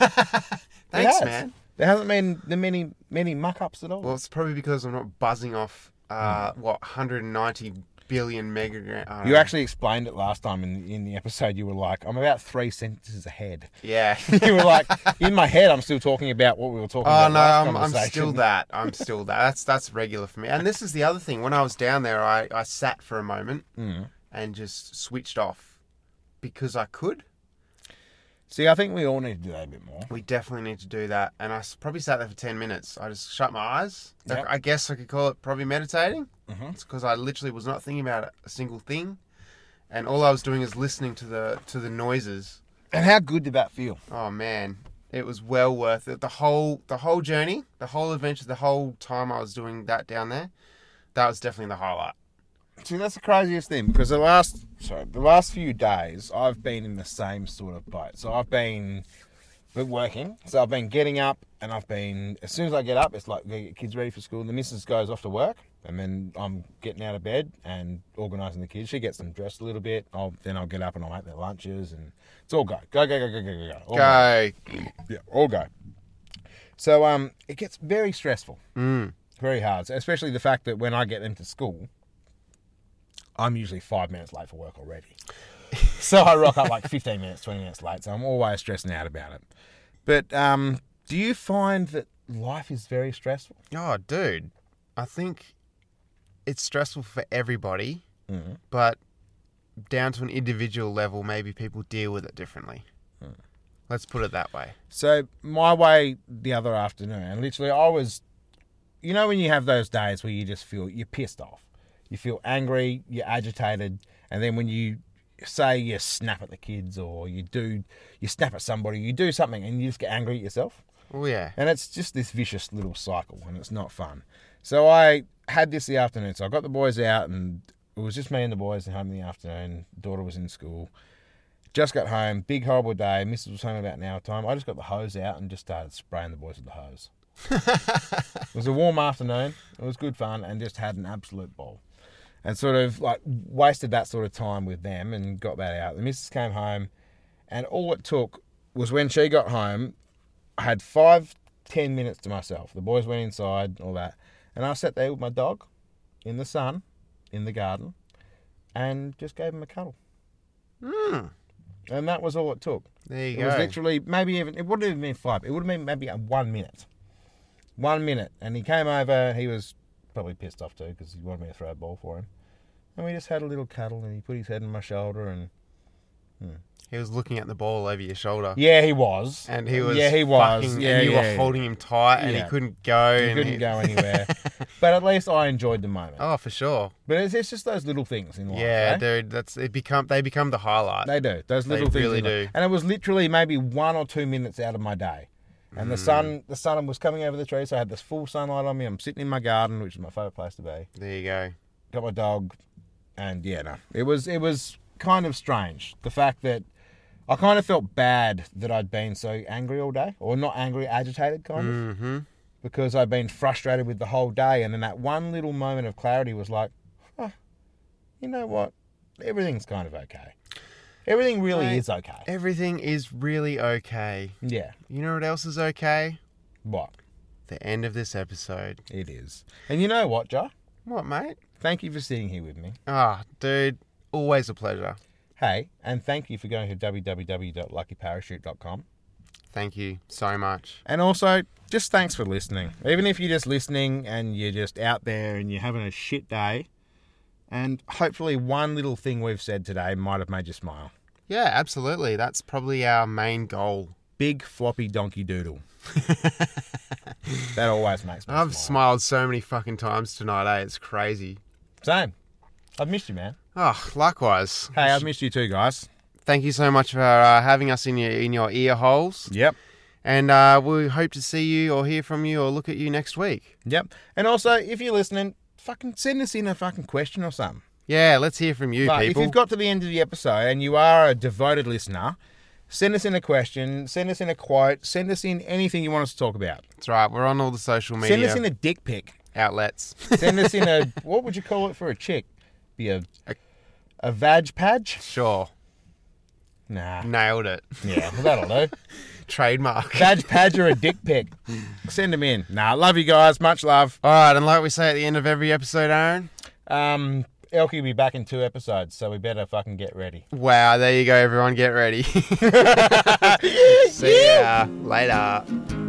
B: Thanks,
A: has.
B: man.
A: There hasn't been the many many muck ups at all.
B: Well, it's probably because I'm not buzzing off uh, what 190 billion megagrams.
A: Hmm. you actually explained it last time in in the episode. You were like, "I'm about three sentences ahead." (laughs)
B: Yeah.
A: You were like, "In my head, I'm still talking about what we were talking
B: (laughs) Oh
A: about."
B: no,
A: last
B: I'm, I'm still
A: conversation."
B: that.
A: (laughs)
B: I'm still that. That's that's regular for me. And this is the other thing. When I was down there, I, I sat for a moment
A: Hmm.
B: and just switched off because I could.
A: See, I think we all need to do that a bit more.
B: We definitely need to do that. And I s- probably sat there for ten minutes. I just shut my eyes. Like,
A: Yep.
B: I guess I could call it probably meditating.
A: Mhm.
B: It's because I literally was not thinking about a single thing, and all I was doing is listening to the to the noises.
A: And how good did that feel?
B: Oh man, it was well worth it. The whole the whole journey, the whole adventure, the whole time I was doing that down there, that was definitely the highlight.
A: See, that's the craziest thing because the last sorry, the last few days I've been in the same sort of boat. So I've been been working. So I've been getting up and I've been as soon as I get up, it's like we get kids ready for school. The missus goes off to work and then I'm getting out of bed and organising the kids. She gets them dressed a little bit. I'll then I'll get up and I'll make their lunches and it's all go. Go, go, go, go, go, go, go.
B: Oh,
A: All go.
B: Go.
A: Yeah, all go. So um it gets very stressful
B: Mm.
A: very hard, especially the fact that when I get them to school, I'm usually five minutes late for work already. so I rock up like 15 minutes, 20 minutes late. So I'm always stressing out about it. But um, do you find that life is very stressful?
B: Oh, dude, I think it's stressful for everybody,
A: Mm-hmm.
B: but down to an individual level, maybe people deal with it differently.
A: Mm.
B: Let's put it that way.
A: So my way the other afternoon, and literally I was, you know, when you have those days where you just feel you're pissed off, you feel angry, you're agitated, and then when you say you snap at the kids or you do you snap at somebody, you do something, and you just get angry at yourself.
B: Oh yeah.
A: And it's just this vicious little cycle, and it's not fun. So I had this the afternoon. So I got the boys out, and it was just me and the boys at home in the afternoon. Daughter was in school. Just got home. Big horrible day. Mrs. was home about an hour time. I just got the hose out and just started spraying the boys with the hose. it was a warm afternoon. It was good fun, and just had an absolute ball. And sort of like wasted that sort of time with them and got that out. The missus came home, and all it took was when she got home, I had five, ten minutes to myself. The boys went inside, all that. And I sat there with my dog in the sun, in the garden, and just gave him a cuddle.
B: Mm.
A: And that was all it took.
B: There you
A: It was
B: go.
A: literally maybe even, it wouldn't have been five, it would have been maybe uh, one minute. One minute. And he came over, he was probably pissed off too because he wanted me to throw a ball for him. And we just had a little cuddle and he put his head on my shoulder and.
B: He was looking at the ball over your shoulder.
A: Yeah, he was.
B: And he was
A: Yeah, he was.
B: fucking-
A: yeah,
B: and you
A: yeah,
B: were holding him tight and
A: Yeah.
B: he couldn't go.
A: He
B: and
A: couldn't go
B: (laughs)
A: anywhere. but at least I enjoyed the moment.
B: Oh, for sure.
A: But it's, it's just those little things in life.
B: Yeah,
A: eh?
B: dude, that's it. Become they become the highlight.
A: They do. Those little things.
B: really
A: in life.
B: do.
A: And it was literally maybe one or two minutes out of my day. And the sun
B: Mm.
A: the sun was coming over the trees, so I had this full sunlight on me. I'm sitting in my garden, which is my favourite place to be.
B: There you go.
A: Got my dog and yeah, no. It was it was kind of strange. The fact that I kind of felt bad that I'd been so angry all day. Or not angry, agitated kind of.
B: Mm-hmm.
A: because I've been frustrated with the whole day. And then that one little moment of clarity was like, oh, you know what? Everything's kind of okay. Everything really
B: Mate,
A: is okay.
B: Everything is really okay.
A: Yeah,
B: You know what else is okay?
A: what?
B: The end of this episode.
A: It is. And you know what, Ja?
B: What, mate?
A: Thank you for sitting here with me.
B: Ah, dude, always a pleasure.
A: Hey, and thank you for going to www.luckyparachute.com.
B: Thank you so much.
A: And also, just thanks for listening. Even if you're just listening and you're just out there and you're having a shit day, and hopefully one little thing we've said today might have made you smile.
B: Yeah, absolutely. That's probably our main goal.
A: Big floppy donkey doodle. that always makes me
B: I've
A: smile.
B: smiled so many fucking times tonight, eh? It's crazy.
A: Same. I've missed you, man.
B: Oh, likewise.
A: Hey, I've missed you too, guys.
B: Thank you so much for uh, having us in your in your ear holes,
A: Yep.
B: and uh, we hope to see you or hear from you or look at you next week.
A: Yep. And also, if you're listening, fucking send us in a fucking question or something.
B: Yeah, let's hear from you,
A: Like, if
B: people.
A: you've got to the end of the episode and you are a devoted listener, send us in a question, send us in a quote, send us in anything you want us to talk about.
B: That's right. We're on all the social
A: Send
B: media
A: us e- in a dick pic.
B: outlets. (laughs)
A: Send us in a what would you call it for a chick? Be a
B: A-
A: a vag padge?
B: sure,
A: Nah. (laughs)
B: nailed it.
A: Yeah, well, that'll do.
B: Trademark.
A: Vag padge or a dick pic. Send them in. Nah, love you guys. Much love.
B: all right, and like we say at the end of every episode, Aaron.
A: Um, Elkie will be back in two episodes, so we better fucking get ready.
B: (laughs)
A: (laughs)
B: Wow, there you go, everyone. Get ready. See ya later.